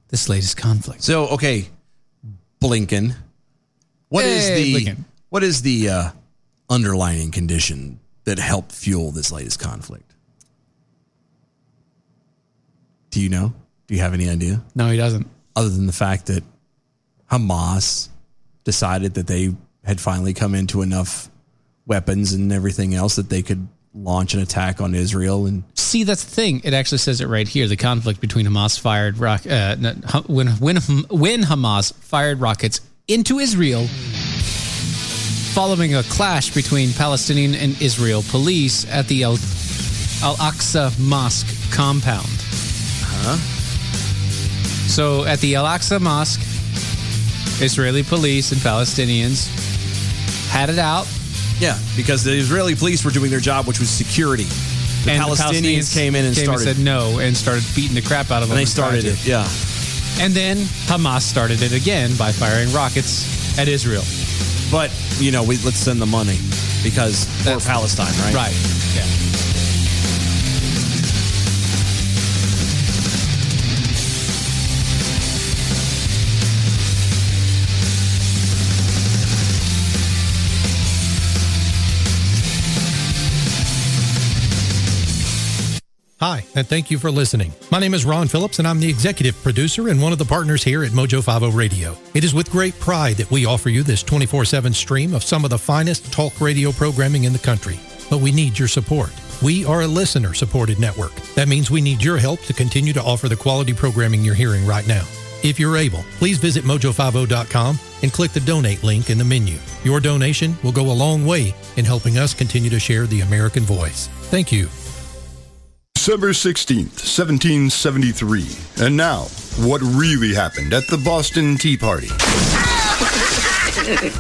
this latest conflict.
So okay, Blinken, what is
Hey,
the
Blinken.
what is the uh, underlining condition that helped fuel this latest conflict? Do you know? Do you have any idea?
No, he doesn't.
Other than the fact that Hamas decided that they had finally come into enough weapons and everything else that they could launch an attack on Israel and
See, that's the thing. It actually says it right here. The conflict between Hamas fired rock uh, no, Ha- when when when Hamas fired rockets into Israel following a clash between Palestinian and Israel police at the Al Aqsa Mosque compound. Huh? So at the Al Aqsa Mosque, Israeli police and Palestinians had it out.
Yeah, because the Israeli police were doing their job, which was security. The,
and
Palestinians, came in and started.
said no and started beating the crap out of them.
and they
tried
started
to.
it. Yeah.
And then Hamas started it again by firing rockets at Israel.
But, you know, we, let's send the money because for Palestine, right?
Right. Yeah.
Hi, and thank you for listening. My name is Ron Phillips, and I'm the executive producer and one of the partners here at Mojo 50 Radio. It is with great pride that we offer you this 24 7 stream of some of the finest talk radio programming in the country. But we need your support. We are a listener supported network. That means we need your help to continue to offer the quality programming you're hearing right now. If you're able, please visit mojo50.com and click the donate link in the menu. Your donation will go a long way in helping us continue to share the American voice. Thank you.
December 16th, 1773. And now, what really happened at the Boston Tea Party?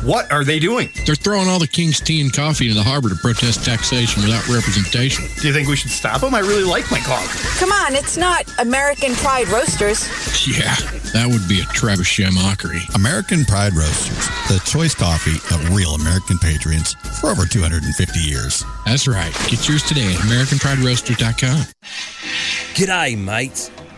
What are they doing?
They're throwing all the king's tea and coffee into the harbor to protest taxation without representation.
Do you think we should stop them? I really like my coffee.
Come on, it's not American Pride Roasters.
Yeah, that would be a trebuchet mockery.
American Pride Roasters, the choice coffee of real American patriots for over 250 years.
That's right. Get yours today at AmericanPrideRoaster.com.
G'day, mates.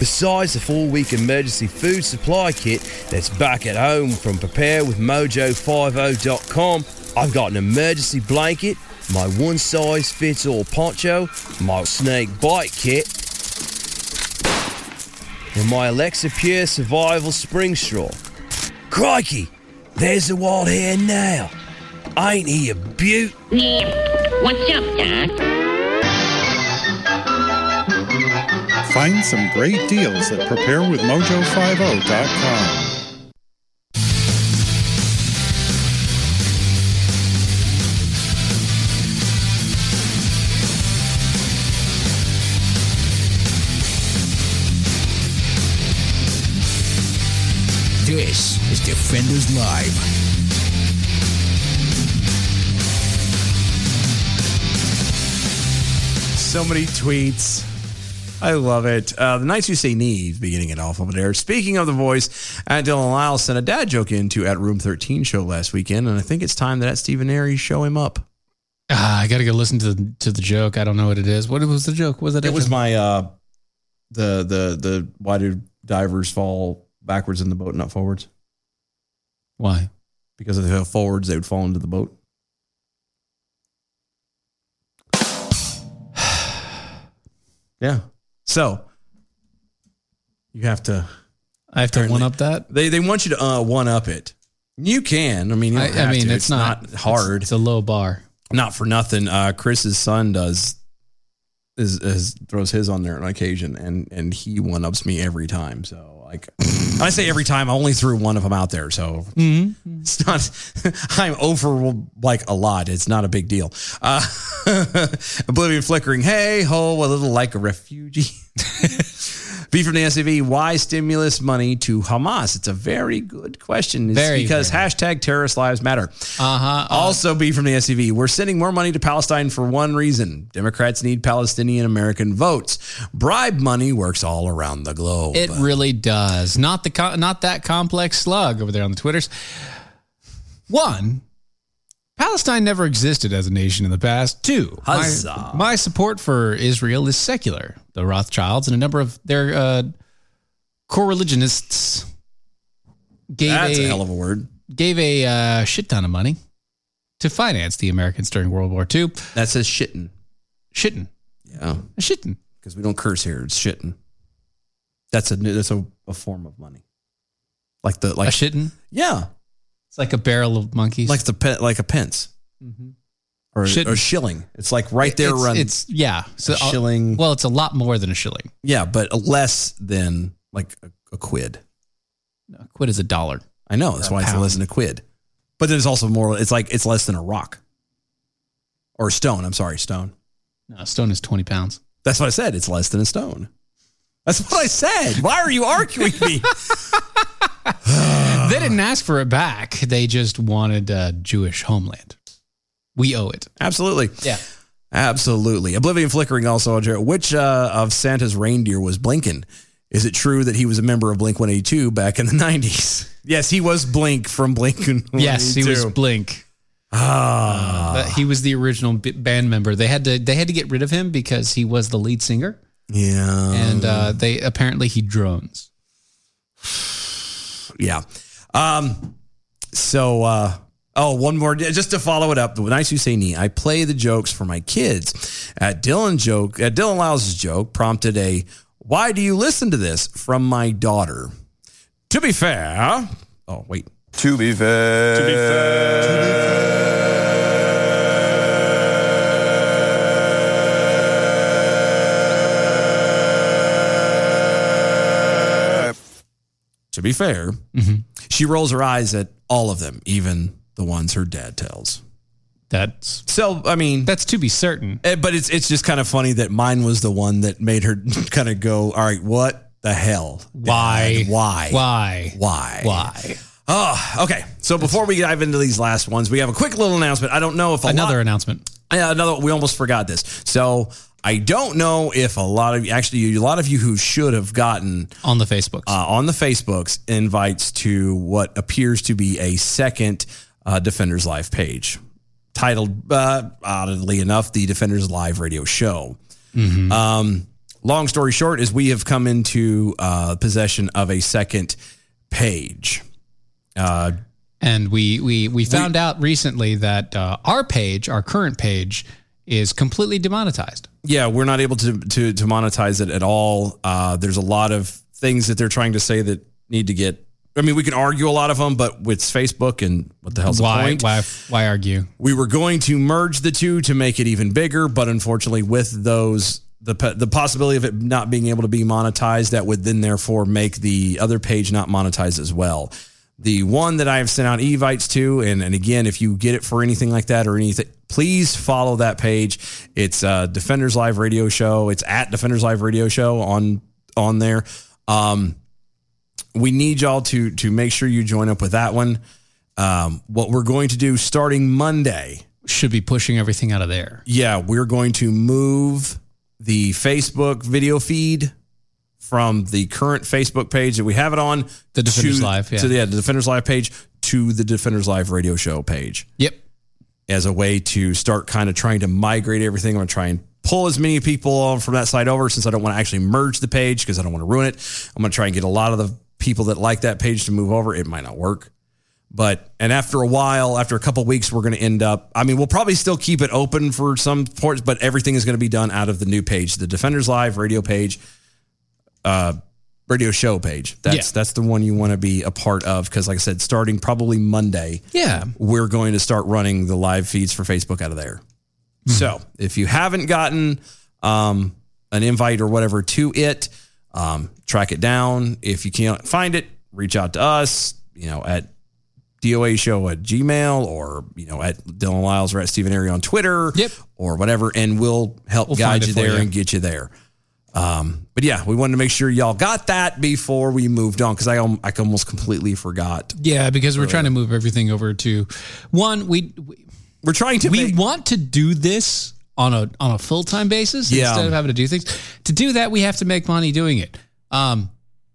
Besides the four week emergency food supply kit that's back at home from preparewithmojo50.com, I've got an emergency blanket, my one size fits all poncho, my snake bite kit, and my Alexa Pure Survival Spring Straw. Crikey! There's the wild hare now! Ain't he a beaut? What's up, Doc?
Find some great deals at preparewithmojo50.com.
This is Defenders Live.
So many tweets. I love it. Uh, the Knights Who Say Need, beginning it off over there. Speaking of the voice, at Dylan Lyle sent a dad joke into at Room 13 show last weekend, and I think it's time that at Stephen Airy show him up.
Ah, I gotta go listen to the, to the joke. I don't know what it is. What was the joke? Was it? a
It was
joke?
my uh the the the why do divers fall backwards in the boat, not forwards?
Why?
Because if they fell forwards, they would fall into the boat. yeah. So you have to.
I have to one up that.
They they want you to uh, one up it. You can. I mean, you
I-
don't
I
have
mean,
to.
it's not-
hard.
it's- it's a low bar.
Not for nothing. Uh, Chris's son does is, is throws his on there on occasion, and and he one ups me every time. So like, I say every time, I only threw one of them out there. So it's not. I'm over like a lot. It's not a big deal. Uh, Oblivion flickering. Hey ho, a little like a refugee. B from the SAV. Why stimulus money to Hamas? It's a very good question. It's
Very,
because hashtag terrorist lives matter.
Uh-huh.
Also, B from the SUV. We're sending more money to Palestine for one reason: Democrats need Palestinian American votes. Bribe money works all around the globe.
It really does. Not the co- not that complex slug over there on the twitters. One, Palestine never existed as a nation in the past. Two, my,
Huzzah.
my support for Israel is secular. The Rothschilds and a number of their uh, coreligionists gave
That's a hell of a word.
Gave a uh, shit ton of money to finance the Americans during World War II.
That says shitting.
Shitting.
Yeah.
Shitting.
because we don't curse here. It's shitting. That's a that's a, a form of money. Like the like
a shitting.
Yeah,
it's like a barrel of monkeys. Mm-hmm.
Like the pe- like a pence or,
Shitting.
or shilling. It's like right there.
It's-
run.
it's- yeah. So
So
I'll-
shilling.
Well, it's a lot more than a shilling.
Yeah, but less than like a, a quid.
A quid is a dollar.
I know. That's
Or a
why it's
pound.
less than a quid. But there's also more. It's like it's less than a rock or a stone. I'm sorry, stone.
No, stone is 20 pounds.
That's what I said. It's less than a stone. That's what I said. Why are you arguing me?
they didn't ask for it back. They just wanted a Jewish homeland. We owe it.
Absolutely.
Yeah.
Absolutely. Oblivion Flickering also on Jared. Which uh, of Santa's reindeer was Blinken? Is it true that he was a member of Blink 182 back in the 90s? Yes, he was Blink from Blink.
Yes, he was Blink.
Ah.
But he was the original b- band member. They had to they had to get rid of him because he was the lead singer,
Yeah.
and
Mm.
uh, they apparently he drones.
yeah. Um, so, uh, oh, one more just to follow it up. Nice you say knee. I play the jokes for my kids. At Dylan joke, at Dylan Louse's joke prompted a "Why do you listen to this?" from my daughter. To be fair, oh wait.
To be fair. To be fair.
To be fair, she rolls her eyes at all of them, even the ones her dad tells.
That's
so. I mean,
that's to be certain.
Eh, But it's it's just kind of funny that mine was the one that made her kind of go, "All right, what the hell? Why? Why?
Why?
Why?
Why?
Oh, okay. So before we dive into these last ones, we have a quick little announcement. I don't know if a
Another
lot-
announcement.
yeah, another. We almost forgot this. So I don't know if a lot of actually a lot of you who should have gotten
on the Facebooks
uh, on the Facebooks invites to what appears to be a second uh, Defenders Live page titled uh, oddly enough the Defenders Live Radio Show. Um, long story short is we have come into uh, possession of a second page. Uh,
and we we we found out recently that uh, our page, our current page, is completely demonetized.
yeah, we're not able to to, to monetize it at all. Uh, there's a lot of things that they're trying to say that need to get. I mean, we can argue a lot of them, but it's Facebook, and what the hell's the
why
point?
why why argue?
We were going to merge the two to make it even bigger, but unfortunately, with those the pe- the possibility of it not being able to be monetized, that would then therefore make the other page not monetized as well. The one that I have sent out evites to, and and again, if you get it for anything like that or anything, please follow that page. It's uh, Defenders Live Radio Show. It's at Defenders Live Radio Show on on there. Um, we need y'all to to make sure you join up with that one. Um, what we're going to do starting Monday,
Should be pushing everything out of there.
yeah, we're going to move the Facebook video feed from the current Facebook page that we have it on,
The Defenders
to,
Live, yeah.
to the, yeah, the Defenders Live page to the Defenders Live radio show page.
Yep.
As a way to start kind of trying to migrate everything, I'm gonna try and pull as many people from that side over since I don't want to actually merge the page because I don't want to ruin it. I'm gonna try and get a lot of the people that like that page to move over. It might not work. But and after a while, after a couple weeks, we're going to end up. I mean, we'll probably still keep it open for some ports, but everything is going to be done out of the new page, the Defenders Live radio page, uh, radio show page. That's that's the one you want to be a part of because, like I said, starting probably Monday,
Yeah.
we're going to start running the live feeds for Facebook out of there.
Hmm.
So if you haven't gotten um, an invite or whatever to it, um, track it down. If you can't find it, reach out to us, you know, at DOA show at Gmail or, you know, at Dylan Lyles or at Stephen Airy on Twitter or whatever. And we'll help
We'll find
guide
it
you
for
there
you.
and get you there. Um, but yeah, we wanted to make sure y'all got that before we moved on. Cause I, al- I almost completely forgot.
Yeah, because we're trying to move everything over to one. We, we
we're trying to.
We want to do this on a on a full time basis
Yeah.
instead of having to do things. To do that, we have to make money doing it. Um,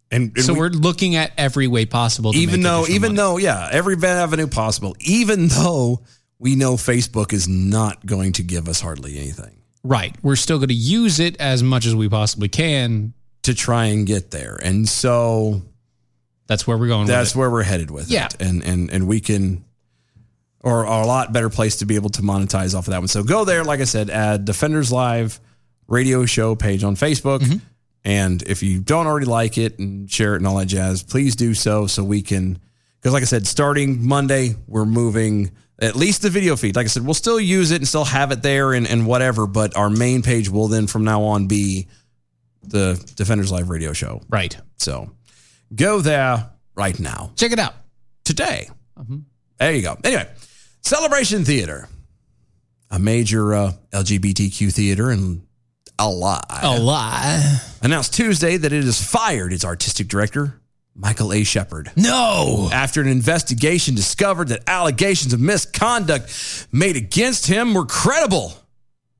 and,
so
we-
we, are looking at every way possible. To
even
make
though
additional
even though yeah every avenue possible even though we know facebook is not going to give us hardly anything
Right. We're still going to use it as much as we possibly can
to try and get there. And so
that's where we're going. with
that's
it.
where we're headed with
Yeah.
it and and and we can or are a lot better place to be able to monetize off of that one so go there like i said at defenders live radio show page on Facebook.
Mm-hmm.
And if you don't already like it and share it and all that jazz, please do so so we can. Because, like I said, starting Monday, we're moving at least the video feed. Like I said, we'll still use it and still have it there and, and whatever, but our main page will then from now on be the Defenders Live radio show.
Right.
So go there right now.
Check it out
today. There you go. Anyway, Celebration Theater, a major uh, LGBTQ theater in a lie.
A lie.
Announced Tuesday that it has fired its artistic director, Michael A. Shepard.
No.
After an investigation discovered that allegations of misconduct made against him were credible,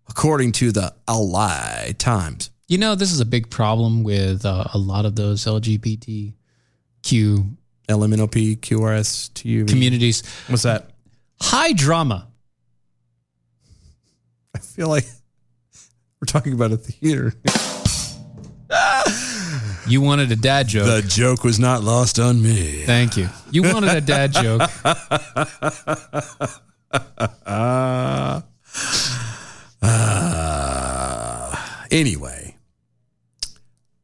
according to the A Lie Times.
You know, this is a big problem with uh, a lot of those LGBTQ
LMNOP, QRSTU
communities.
What's that?
High drama.
I feel like we're talking about a theater.
You wanted a dad joke.
The joke was not lost on me.
Thank you. You wanted a dad joke.
Uh, uh, anyway,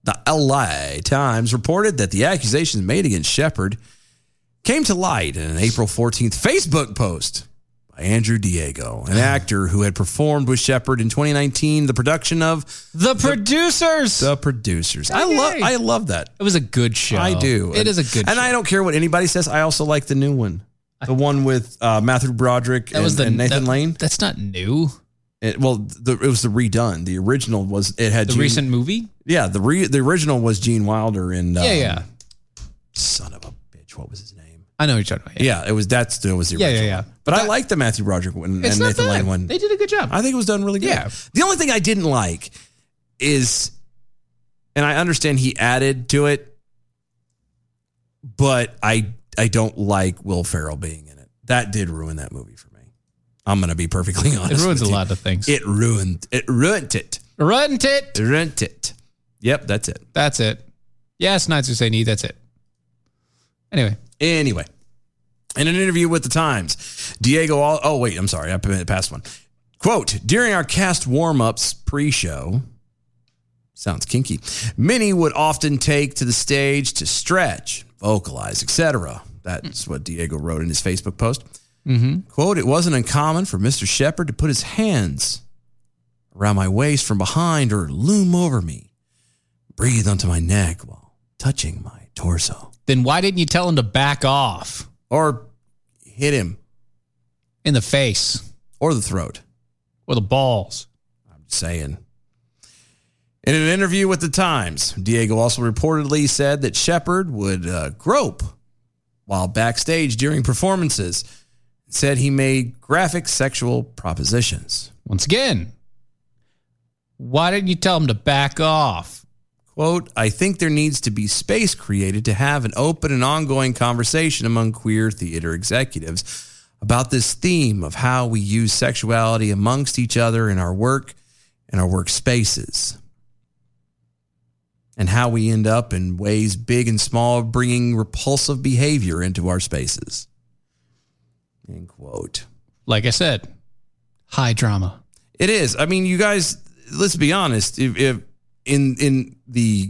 the LA Times reported that the accusations made against Shepard came to light in an April 14th Facebook post by Andrew Diego, an actor who had performed with Shepard in 2019, the production of
The Producers.
The Producers. I love I love that.
It was a good show.
I do.
It
And-
is a good
And I don't care what anybody says. I also like the new one. The one with uh, Matthew Broderick
That
and,
was the-
and Nathan
that-
Lane.
That's not new.
It, well, the, it was the redone. The original was it had
The recent movie?
Yeah, the re, the original was Gene Wilder and um,
yeah, yeah.
Son of a bitch. What was his name?
I know what you're talking about.
Yeah, it was that's that was the
Yeah, yeah,
original.
yeah.
one. But, I like the Matthew Broderick one and
It's not
Nathan Lane
bad.
one.
They did a good job.
I think it was done really good.
Yeah.
The only thing I didn't like is, and I understand he added to it, but I I don't like Will Ferrell being in it. That did ruin that movie for me. I'm gonna be perfectly honest.
ruins
with
a
you.
lot of things.
It ruined it ruined it.
Run tit.
Rent it. Yep, that's it.
That's it. Yes, Knights who say need. That's it. Anyway.
Anyway, in an interview with the Times, Diego. Al- oh wait, I'm sorry, I passed one. Quote: During our cast warm-ups pre-show, sounds kinky. Many would often take to the stage to stretch, vocalize, etc. That's what Diego wrote in his Facebook post.
Mm-hmm.
Quote: It wasn't uncommon for Mister Shepard to put his hands around my waist from behind or loom over me, breathe onto my neck while touching my torso.
Then why didn't you tell him to back off?
Or hit him.
In the face.
Or the throat.
Or the balls.
I'm saying. In an interview with the Times, Diego also reportedly said that Shepard would uh, grope while backstage during performances. Said he made graphic sexual propositions.
Once again, why didn't you tell him to back off?
Quote, I think there needs to be space created to have an open and ongoing conversation among queer theater executives about this theme of how we use sexuality amongst each other in our work and our workspaces. And how we end up in ways big and small, bringing repulsive behavior into our spaces. End quote.
Like I said, high drama.
It is. I mean, you guys. Let's be honest. If, if in in the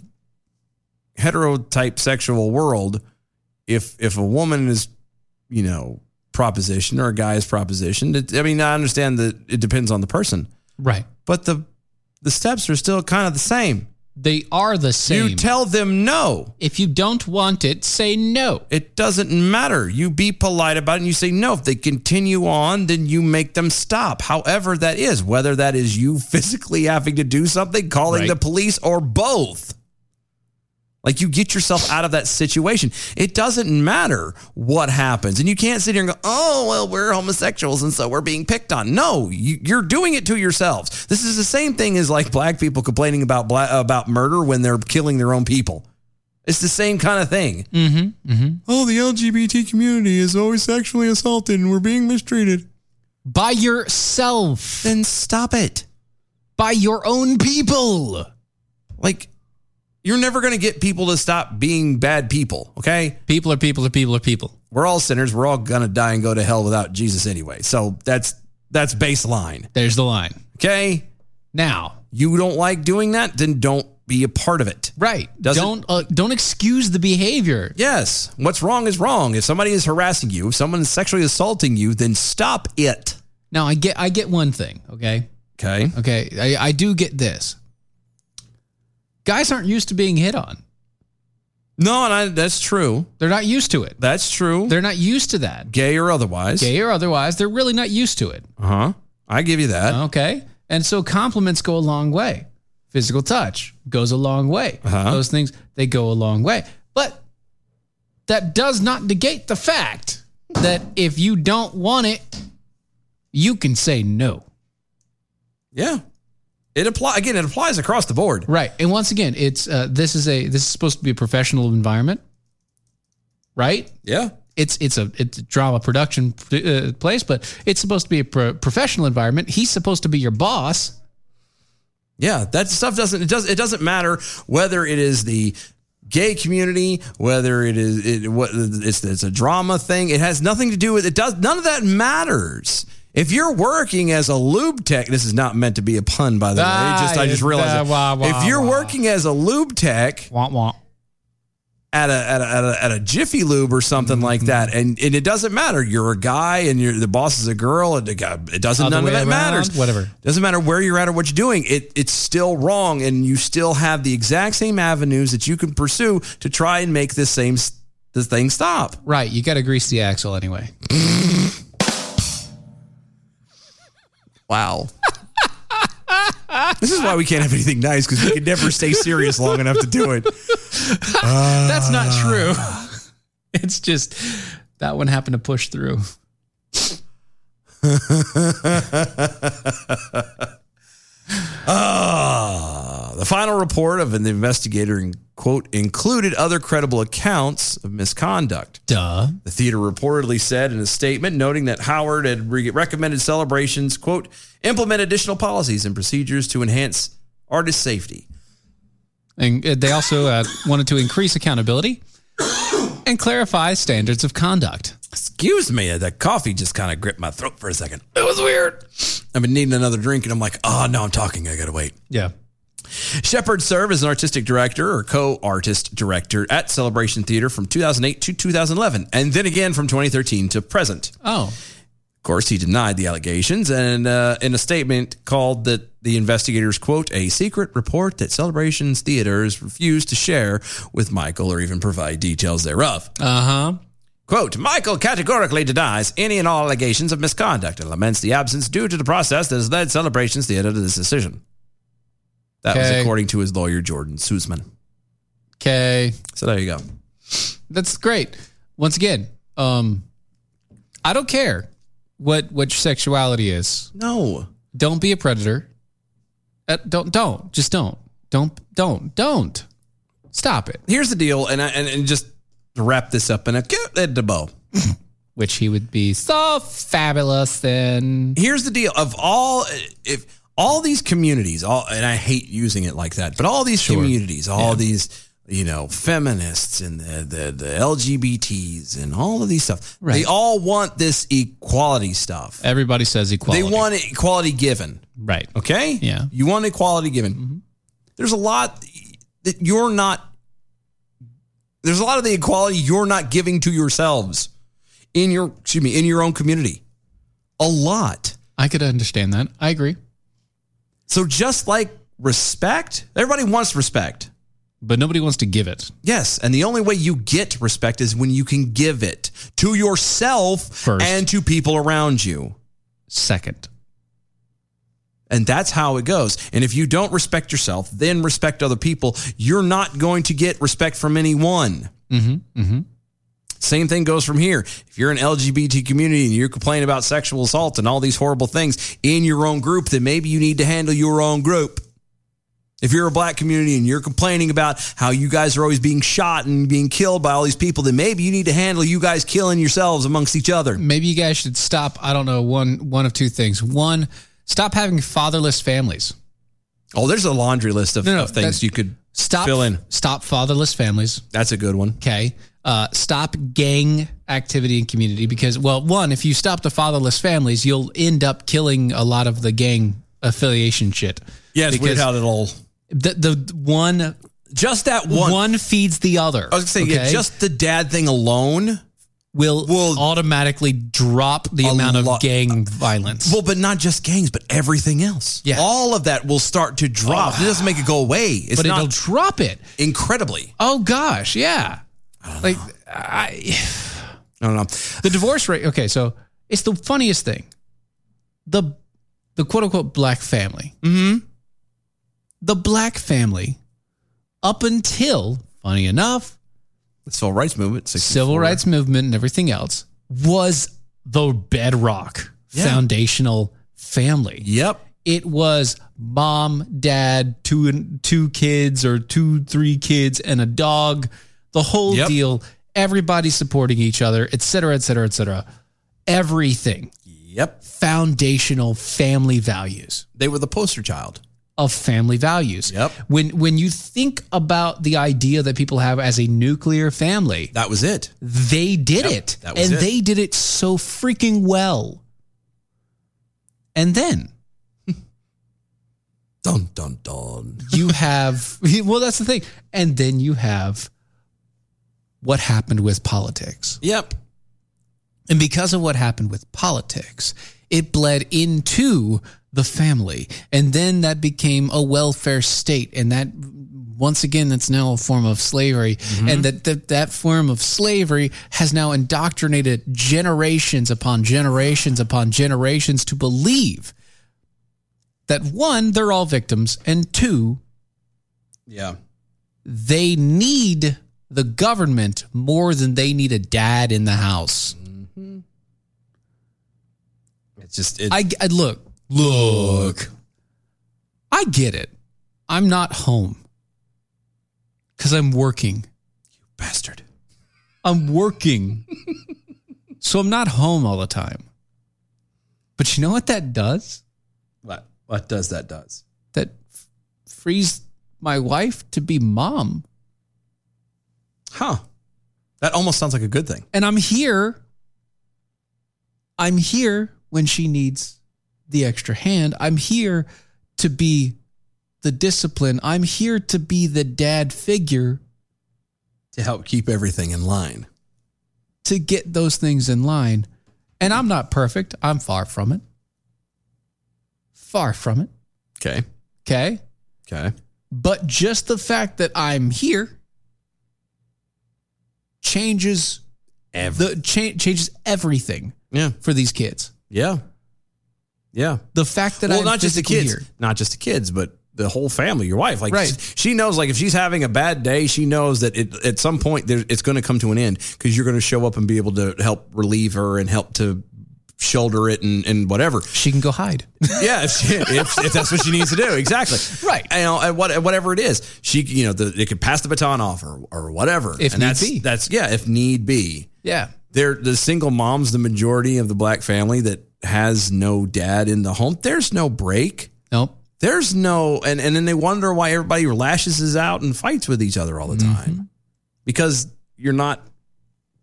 heterotype sexual world, if if a woman is, you know, propositioned or a guy is propositioned, it, I mean, I understand that it depends on the person,
Right.
but the the steps are still kind of the same.
They are the same.
You tell them no.
If you don't want it, say no.
It doesn't matter. You be polite about it and you say no. If they continue on, then you make them stop. However, that is, whether that is you physically having to do something, calling
Right.
the police, or both. Like you get yourself out of that situation. It doesn't matter what happens. And you can't sit here and go, oh, well, we're homosexuals and so we're being picked on. No, you, you're doing it to yourselves. This is the same thing as like black people complaining about black, about murder when they're killing their own people. It's the same kind of thing.
Mm-hmm. Mm-hmm.
Oh, the LGBT community is always sexually assaulted and we're being mistreated.
By yourself.
Then stop it.
By your own people.
Like, you're never going to get people to stop being bad people, okay?
People are people are people are people.
We're all sinners. We're all going to die and go to hell without Jesus anyway. So that's that's baseline,
There's the line.
okay?
Now,
you don't like doing that, then don't be a part of it.
Right. Don't uh, don't excuse the behavior.
Yes. What's wrong is wrong. If somebody is harassing you, if someone is sexually assaulting you, then stop it.
Now I get I get one thing, okay?
Okay.
Okay. I, I do get this. Guys aren't used to being hit on.
No, and I, that's true.
They're not used to it.
That's true.
They're not used to that.
Gay or otherwise.
Gay or otherwise, they're really not used to it.
Uh huh. I give you
Uh-huh.
that.
Okay. And so compliments go a long way. Physical touch goes a long way.
Uh-huh.
Those things, they go a long way. But that does not negate the fact that if you don't want it, you can say no.
Yeah. It apply again. It applies across the board.
Right. And once again, it's uh, this is a this is supposed to be a professional environment, right?
Yeah.
It's it's a it's a drama production uh, place, but it's supposed to be a pro- professional environment. He's supposed to be your boss.
Yeah, that stuff doesn't it does it doesn't matter whether it is the gay community, whether it is it what it's it's a drama thing. It has nothing to do with it does none of that matters. If you're working as a lube tech, this is not meant to be a pun by the way. It just I just realized it. if you're working as a lube tech, at a, at a at a at a Jiffy Lube or something like
Mm-hmm.
that, and and it doesn't matter. You're a guy, and you're the boss is a girl, and the guy- it doesn't
Other
none of
way
that
around,
matters.
whatever.
doesn't matter where you're at or what you're doing. It it's still wrong, and you still have the exact same avenues that you can pursue to try and make this same s- this thing stop.
Right, you got to grease the axle anyway.
Wow. this is why we can't have anything nice because we can never stay serious long enough to do it.
That's not true. It's just that one happened to push through.
Ah, the final report of an investigator in, quote included other credible accounts of misconduct.
Duh.
The theater reportedly said in a statement noting that Howard had re- recommended celebrations quote implement additional policies and procedures to enhance artist safety.
And uh, they also uh, wanted to increase accountability and clarify standards of conduct.
Excuse me, the coffee just kind of gripped my throat for a second. It was weird. I've been needing another drink, and I'm like, oh no, I'm talking. I gotta wait.
Yeah.
Shepard served as an artistic director or co-artist director at Celebration Theater from 2008 to 2011, and then again from 2013 to present.
Oh.
Of course, he denied the allegations, and uh, in a statement called that the investigators quote a secret report that Celebrations Theaters refused to share with Michael or even provide details thereof.
Uh huh.
Quote, Michael categorically denies any and all allegations of misconduct and laments the absence due to the process that has led Celebrations Theater to this decision. That
Okay.
was according to his lawyer, Jordan Suzman.
Okay.
So there you go.
That's great. Once again, um, I don't care what what your sexuality is.
No.
Don't be a predator. Uh, don't don't just don't don't don't don't stop it.
Here's the deal, and I, and, and just to wrap this up in a cute little bow.
Which he would be so fabulous then.
Here's the deal: of all if all these communities, all and I hate using it like that, but all these communities, all these you know feminists and the the, the LGBTs and all of these stuff, they all want this equality stuff.
Everybody says equality.
They want equality given.
Right.
Okay.
Yeah. Mm-hmm.
You want equality given. There's a lot that you're not. There's a lot of the equality you're not giving to yourselves in your excuse me in your own community. A lot.
I could understand that. I agree.
So just like respect, everybody wants respect.
But nobody wants to give it.
Yes, and the only way you get respect is when you can give it to yourself
First.
and to people around you.
Second.
And that's how it goes. And if you don't respect yourself, then respect other people, you're not going to get respect from anyone.
Mm-hmm. Mm-hmm.
Same thing goes from here. If you're an LGBT community and you complain about sexual assault and all these horrible things in your own group, then maybe you need to handle your own group. If you're a black community and you're complaining about how you guys are always being shot and being killed by all these people, then maybe you need to handle you guys killing yourselves amongst each other.
Maybe you guys should stop. I don't know. One one of two things. One, stop having fatherless families.
Oh, there's a laundry list of,
No, no,
of things
that-
you could
Stop.
fill in.
Stop fatherless families.
That's a good one.
Okay. Uh, stop gang activity in community because, well, one, if you stop the fatherless families, you'll end up killing a lot of the gang affiliation shit.
Yeah, it's weird
Because
how that all.
The, the one.
Just that one.
One feeds the other.
I was saying, yeah, just the dad thing alone
will
will
automatically drop the amount of gang violence.
Well, but not just gangs, but everything else. Yeah, all of that will start to drop. it doesn't make it go away. It's
but
not
it'll drop it
incredibly.
Oh gosh, yeah.
Ah.
like I,
I don't know.
The divorce rate. Okay, so it's the funniest thing. The the quote unquote black family. Mm-hmm. The black family, up until funny enough,
the civil rights movement,
civil rights movement, and everything else was the bedrock,
Yeah.
foundational family.
Yep.
It was mom, dad, two and two kids or two, three kids and a dog, the whole deal. Everybody supporting each other, et cetera, et cetera, et cetera. Everything.
Yep.
Foundational family values.
They were the poster child
of family values. Yep. When when you think about the idea that people have as a nuclear family,
that was it.
They did it,
that was
and
it.
they did it so freaking well. And then,
dun dun dun,
you have well, that's the thing. And then you have what happened with politics.
Yep.
And because of what happened with politics, it bled into the family. And then that became a welfare state. And that, once again, that's now a form of slavery. And that, that that form of slavery has now indoctrinated generations upon generations upon generations to believe that one, they're all victims, and two,
Yeah.
they need the government more than they need a dad in the house.
It's just it,
I, I look, look. I get it. I'm not home because I'm working. You bastard. I'm working. so I'm not home all the time. But you know what that does?
What? What does that does?
That f- frees my wife to be mom.
Huh. That almost sounds like a good thing.
And I'm here. I'm here when she needs the extra hand. I'm here to be the discipline. I'm here to be the dad figure
to help keep everything in line.
To get those things in line. And I'm not perfect. I'm far from it. Far from it.
Okay.
Okay.
Okay.
But just the fact that I'm here changes the cha- changes everything.
Yeah.
For these kids.
Yeah. Yeah.
The fact that
well,
I'm
not just the
physically
kids,
here.
not just the kids, but the whole family, your wife. Like
Right.
she- she knows, like if she's having a bad day, she knows that it, at some point there, it's going to come to an end because you're going to show up and be able to help relieve her and help to shoulder it and, and whatever.
She can go hide.
Yeah, if, she, if, if that's what she needs to do, exactly. Right. You know, and uh, what, whatever it is, she you know the, it could pass the baton off or or whatever.
If
and
need
that's,
be.
that's yeah, if need be.
Yeah.
They're the single moms, the majority of the black family that has no dad in the home. There's no break.
Nope.
There's no, and, and then they wonder why everybody lashes is out and fights with each other all the
Mm-hmm.
time because you're not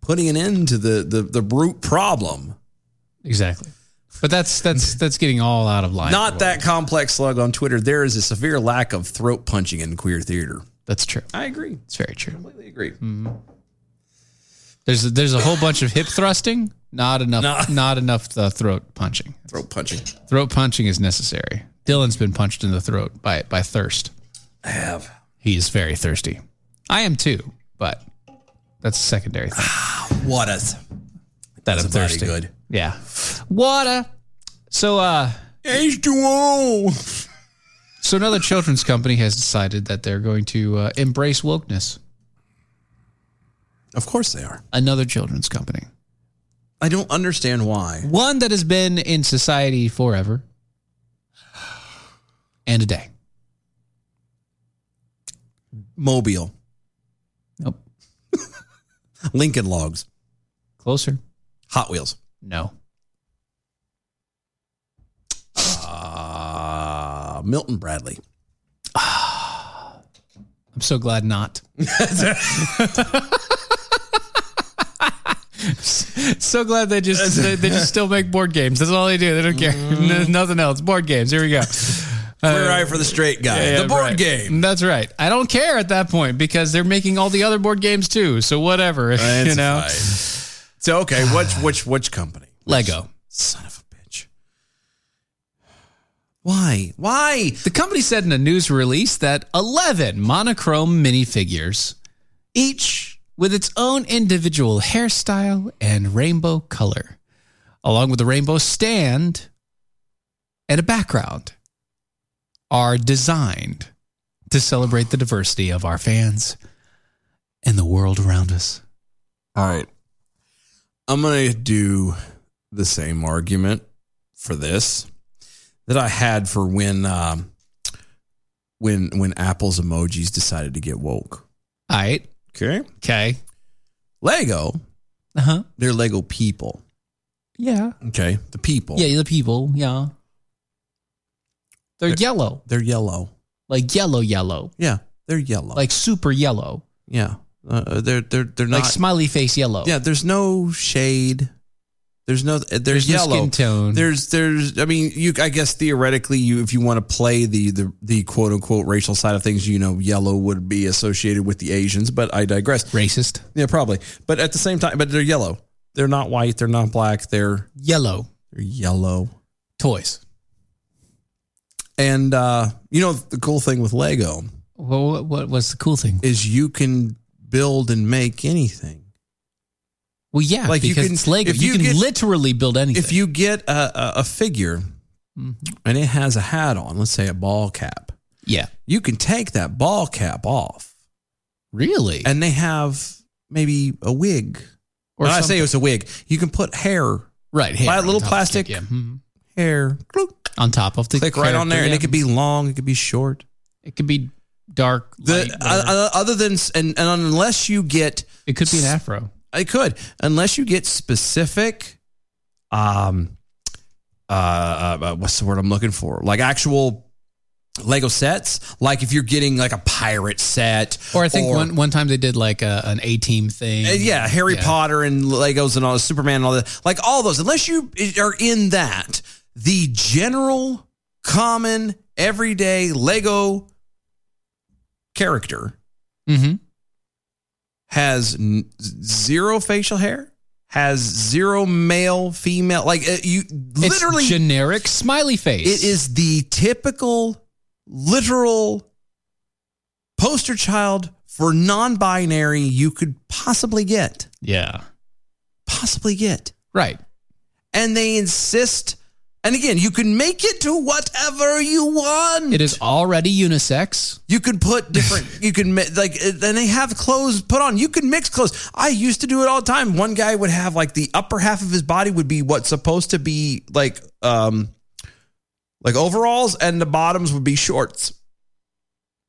putting an end to the, the, the root problem.
Exactly. But that's that's that's getting all out of line.
Not that complex slug on Twitter. There is a severe lack of throat punching in queer theater.
That's true.
I agree.
It's very true.
Completely agree.
Hmm. There's a, there's a whole bunch of hip thrusting. Not enough. Not enough the throat punching.
Throat punching.
Throat punching is necessary. Dylan's been punched in the throat by by thirst.
I have.
He is very thirsty. I am too, but that's a secondary thing.
What a
that
That's
I'm
a body
thirsty.
good.
Yeah. Water. So uh
H2O.
So another children's company has decided that they're going to uh, embrace wokeness.
Of course they are.
Another children's company.
I don't understand why.
One that has been in society forever and a day.
Mobile.
Nope.
Lincoln Logs.
Closer.
Hot Wheels.
No.
Uh, Milton Bradley.
I'm so glad not. so glad they
Mm-hmm.
just they, they just still make board games. That's all they do. They don't care. N- nothing else. Board games. Here we go. Uh,
Clear eye for the straight guy. the board
right.
game.
That's right. I don't care at that point because they're making all the other board games too. So whatever, you
That's
know.
fine. So okay, which which which company?
Lego.
Son of a bitch. Why? Why?
The company said in a news release that 11 monochrome minifigures, each with its own individual hairstyle and rainbow color, along with a rainbow stand and a background, are designed to celebrate the diversity of our fans and the world around us.
All right. I'm going to do the same argument for this that I had for when um, when when Apple's emojis decided to get woke.
All right.
Okay.
Okay.
Lego.
Uh-huh.
They're Lego people.
Yeah.
Okay. The people.
Yeah, the people. Yeah. They're, yellow.
They're yellow.
Like yellow, yellow.
Yeah. They're yellow.
Like super yellow.
Yeah. Uh, they're they're they're not
like smiley face yellow.
Yeah, there's no shade. There's no there's,
no
yellow
skin tone.
There's there's I mean you I guess theoretically you if you want to play the the the quote unquote racial side of things you know yellow would be associated with the Asians but I digress.
Racist.
Yeah, probably. But at the same time, but they're yellow. They're not white. They're not black. They're
yellow.
They're yellow
toys.
And uh, you know the cool thing with Lego
Well, what, what was the cool thing?
is you can build and make anything.
Well, yeah, like because it's Lego. You, can
get-
literally build anything.
If you get a, a, a figure
Mm-hmm.
and it has a hat on, let's say a ball cap,
yeah,
you can take that ball cap off.
Really?
And they have maybe a wig.
Or
Or I say
something.
it was a wig. You can put hair.
Right, hair
Buy a
on
little
top.
plastic
Yeah, mm-hmm.
hair.
on top of the
Click right on
character,
there, and
yeah.
it could be long, it could be short,
it could be dark.
The uh, other than and, and unless you get,
it could be an
s-
afro.
I could unless you get specific, um, uh, uh, what's the word I'm looking for? Like actual Lego sets. Like if you're getting like a pirate set,
Or I think one one time they did like a, an A team thing.
Uh, yeah, Harry Potter and Legos and all Superman and all that. Like all those, unless you are in that, the general, common, everyday Lego character
Mm-hmm.
has n- zero facial hair, has zero male, female. Like uh, you literally
generic smiley face.
It is the typical, literal poster child for non-binary you could possibly get.
Yeah.
possibly get.
Right.
And they insist. And again, you can make it to whatever you want.
It is already unisex.
You can put different, you can, mi- like, uh, and they have clothes put on. You can mix clothes. I used to do it all the time. One guy would have, like, the upper half of his body would be what's supposed to be, like, um, like overalls, and the bottoms would be shorts.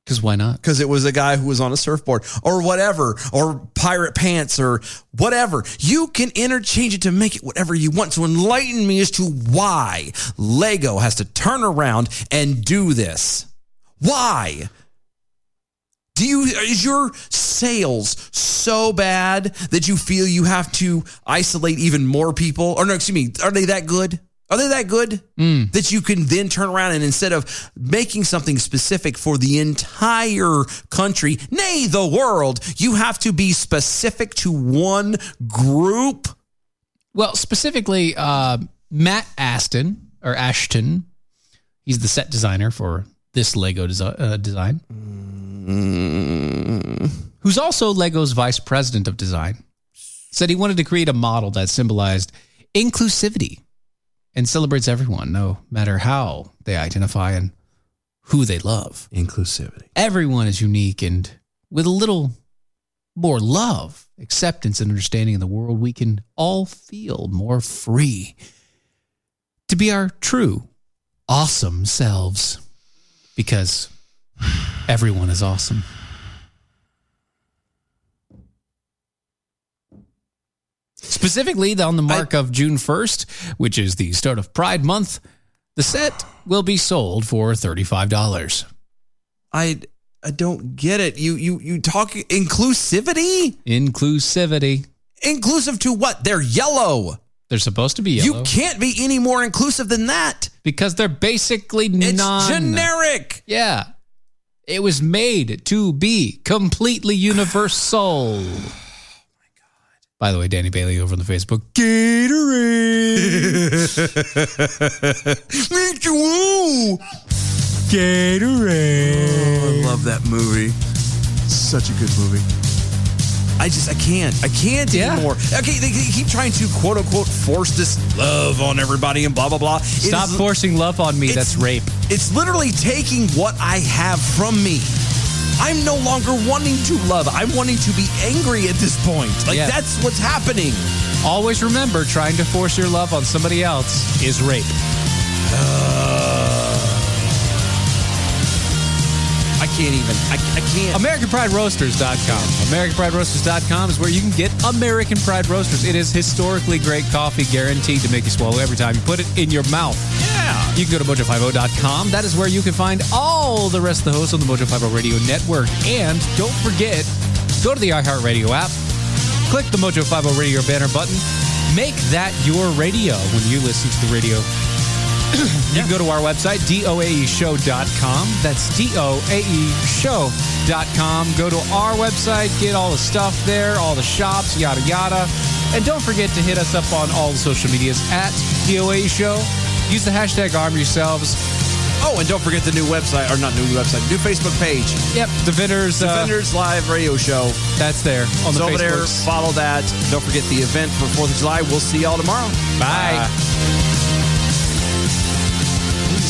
Because why not?
Because it was a guy who was on a surfboard or whatever, or pirate pants or whatever. You can interchange it to make it whatever you want. So enlighten me as to why Lego has to turn around and do this. Why? Do you is your sales so bad that you feel you have to isolate even more people? Or no, excuse me, are they that good? Are they that good that you can then turn around and instead of making something specific for the entire country, nay the world, you have to be specific to one group?
Well, specifically, uh, Matt Aston or Ashton, he's the set designer for this Lego desi- uh, design, Mm. who's also Lego's vice president of design, said he wanted to create a model that symbolized inclusivity and celebrates everyone, no matter how they identify and who they love.
Inclusivity.
Everyone is unique, and with a little more love, acceptance, and understanding of the world, we can all feel more free to be our true, awesome selves because everyone is awesome. Specifically, on the mark of June 1st, which is the start of Pride Month, the set will be sold for $35.
I I don't get it. You you you talk inclusivity?
Inclusivity.
Inclusive to what? They're yellow.
They're supposed to be
You
yellow.
can't be any more inclusive than that
because they're basically
it's
non
generic.
Yeah. It was made to be completely
Oh
universal. By the way, Danny Bailey over on the Facebook.
Gatorade. Gatorade. Oh, I love that movie. Such a good movie. I just I can't I can't anymore. Okay, they, they keep trying to quote unquote force this love on everybody and blah blah blah. It
Stop
is-
forcing love on me.
it's-
That's rape.
It's literally taking what I have from me. I'm no longer wanting to love. I'm wanting to be angry at this point. Like
Yeah.
that's what's happening.
Always remember trying to force your love on somebody else is rape.
I can't even. I, I can't.
AmericanPrideRoasters.com. AmericanPrideRoasters.com is where you can get American Pride Roasters. It is historically great coffee, guaranteed to make you swallow every time you put it in your mouth. Yeah. You can go to Mojo50.com. That is where you can find all the rest of the hosts on the Mojo50 Radio Network. And don't forget, go to the iHeartRadio app, click the Mojo50 Radio banner button, make that your radio when you listen to the radio. You can go to our website, E doaeshow.com. That's E doaeshow.com. Go to our website, get all the stuff there, all the shops, yada, yada. And don't forget to hit us up on all the social medias at DOA E Show. Use the hashtag arm yourselves.
Oh, and don't forget the new website, or not new website, new Facebook page.
Yep, Defenders.
Defenders Live Radio Show.
That's there on
it's
the
over there.
Facebooks.
Follow that. Don't forget the event for Fourth of July. We'll see y'all tomorrow.
Bye.
Please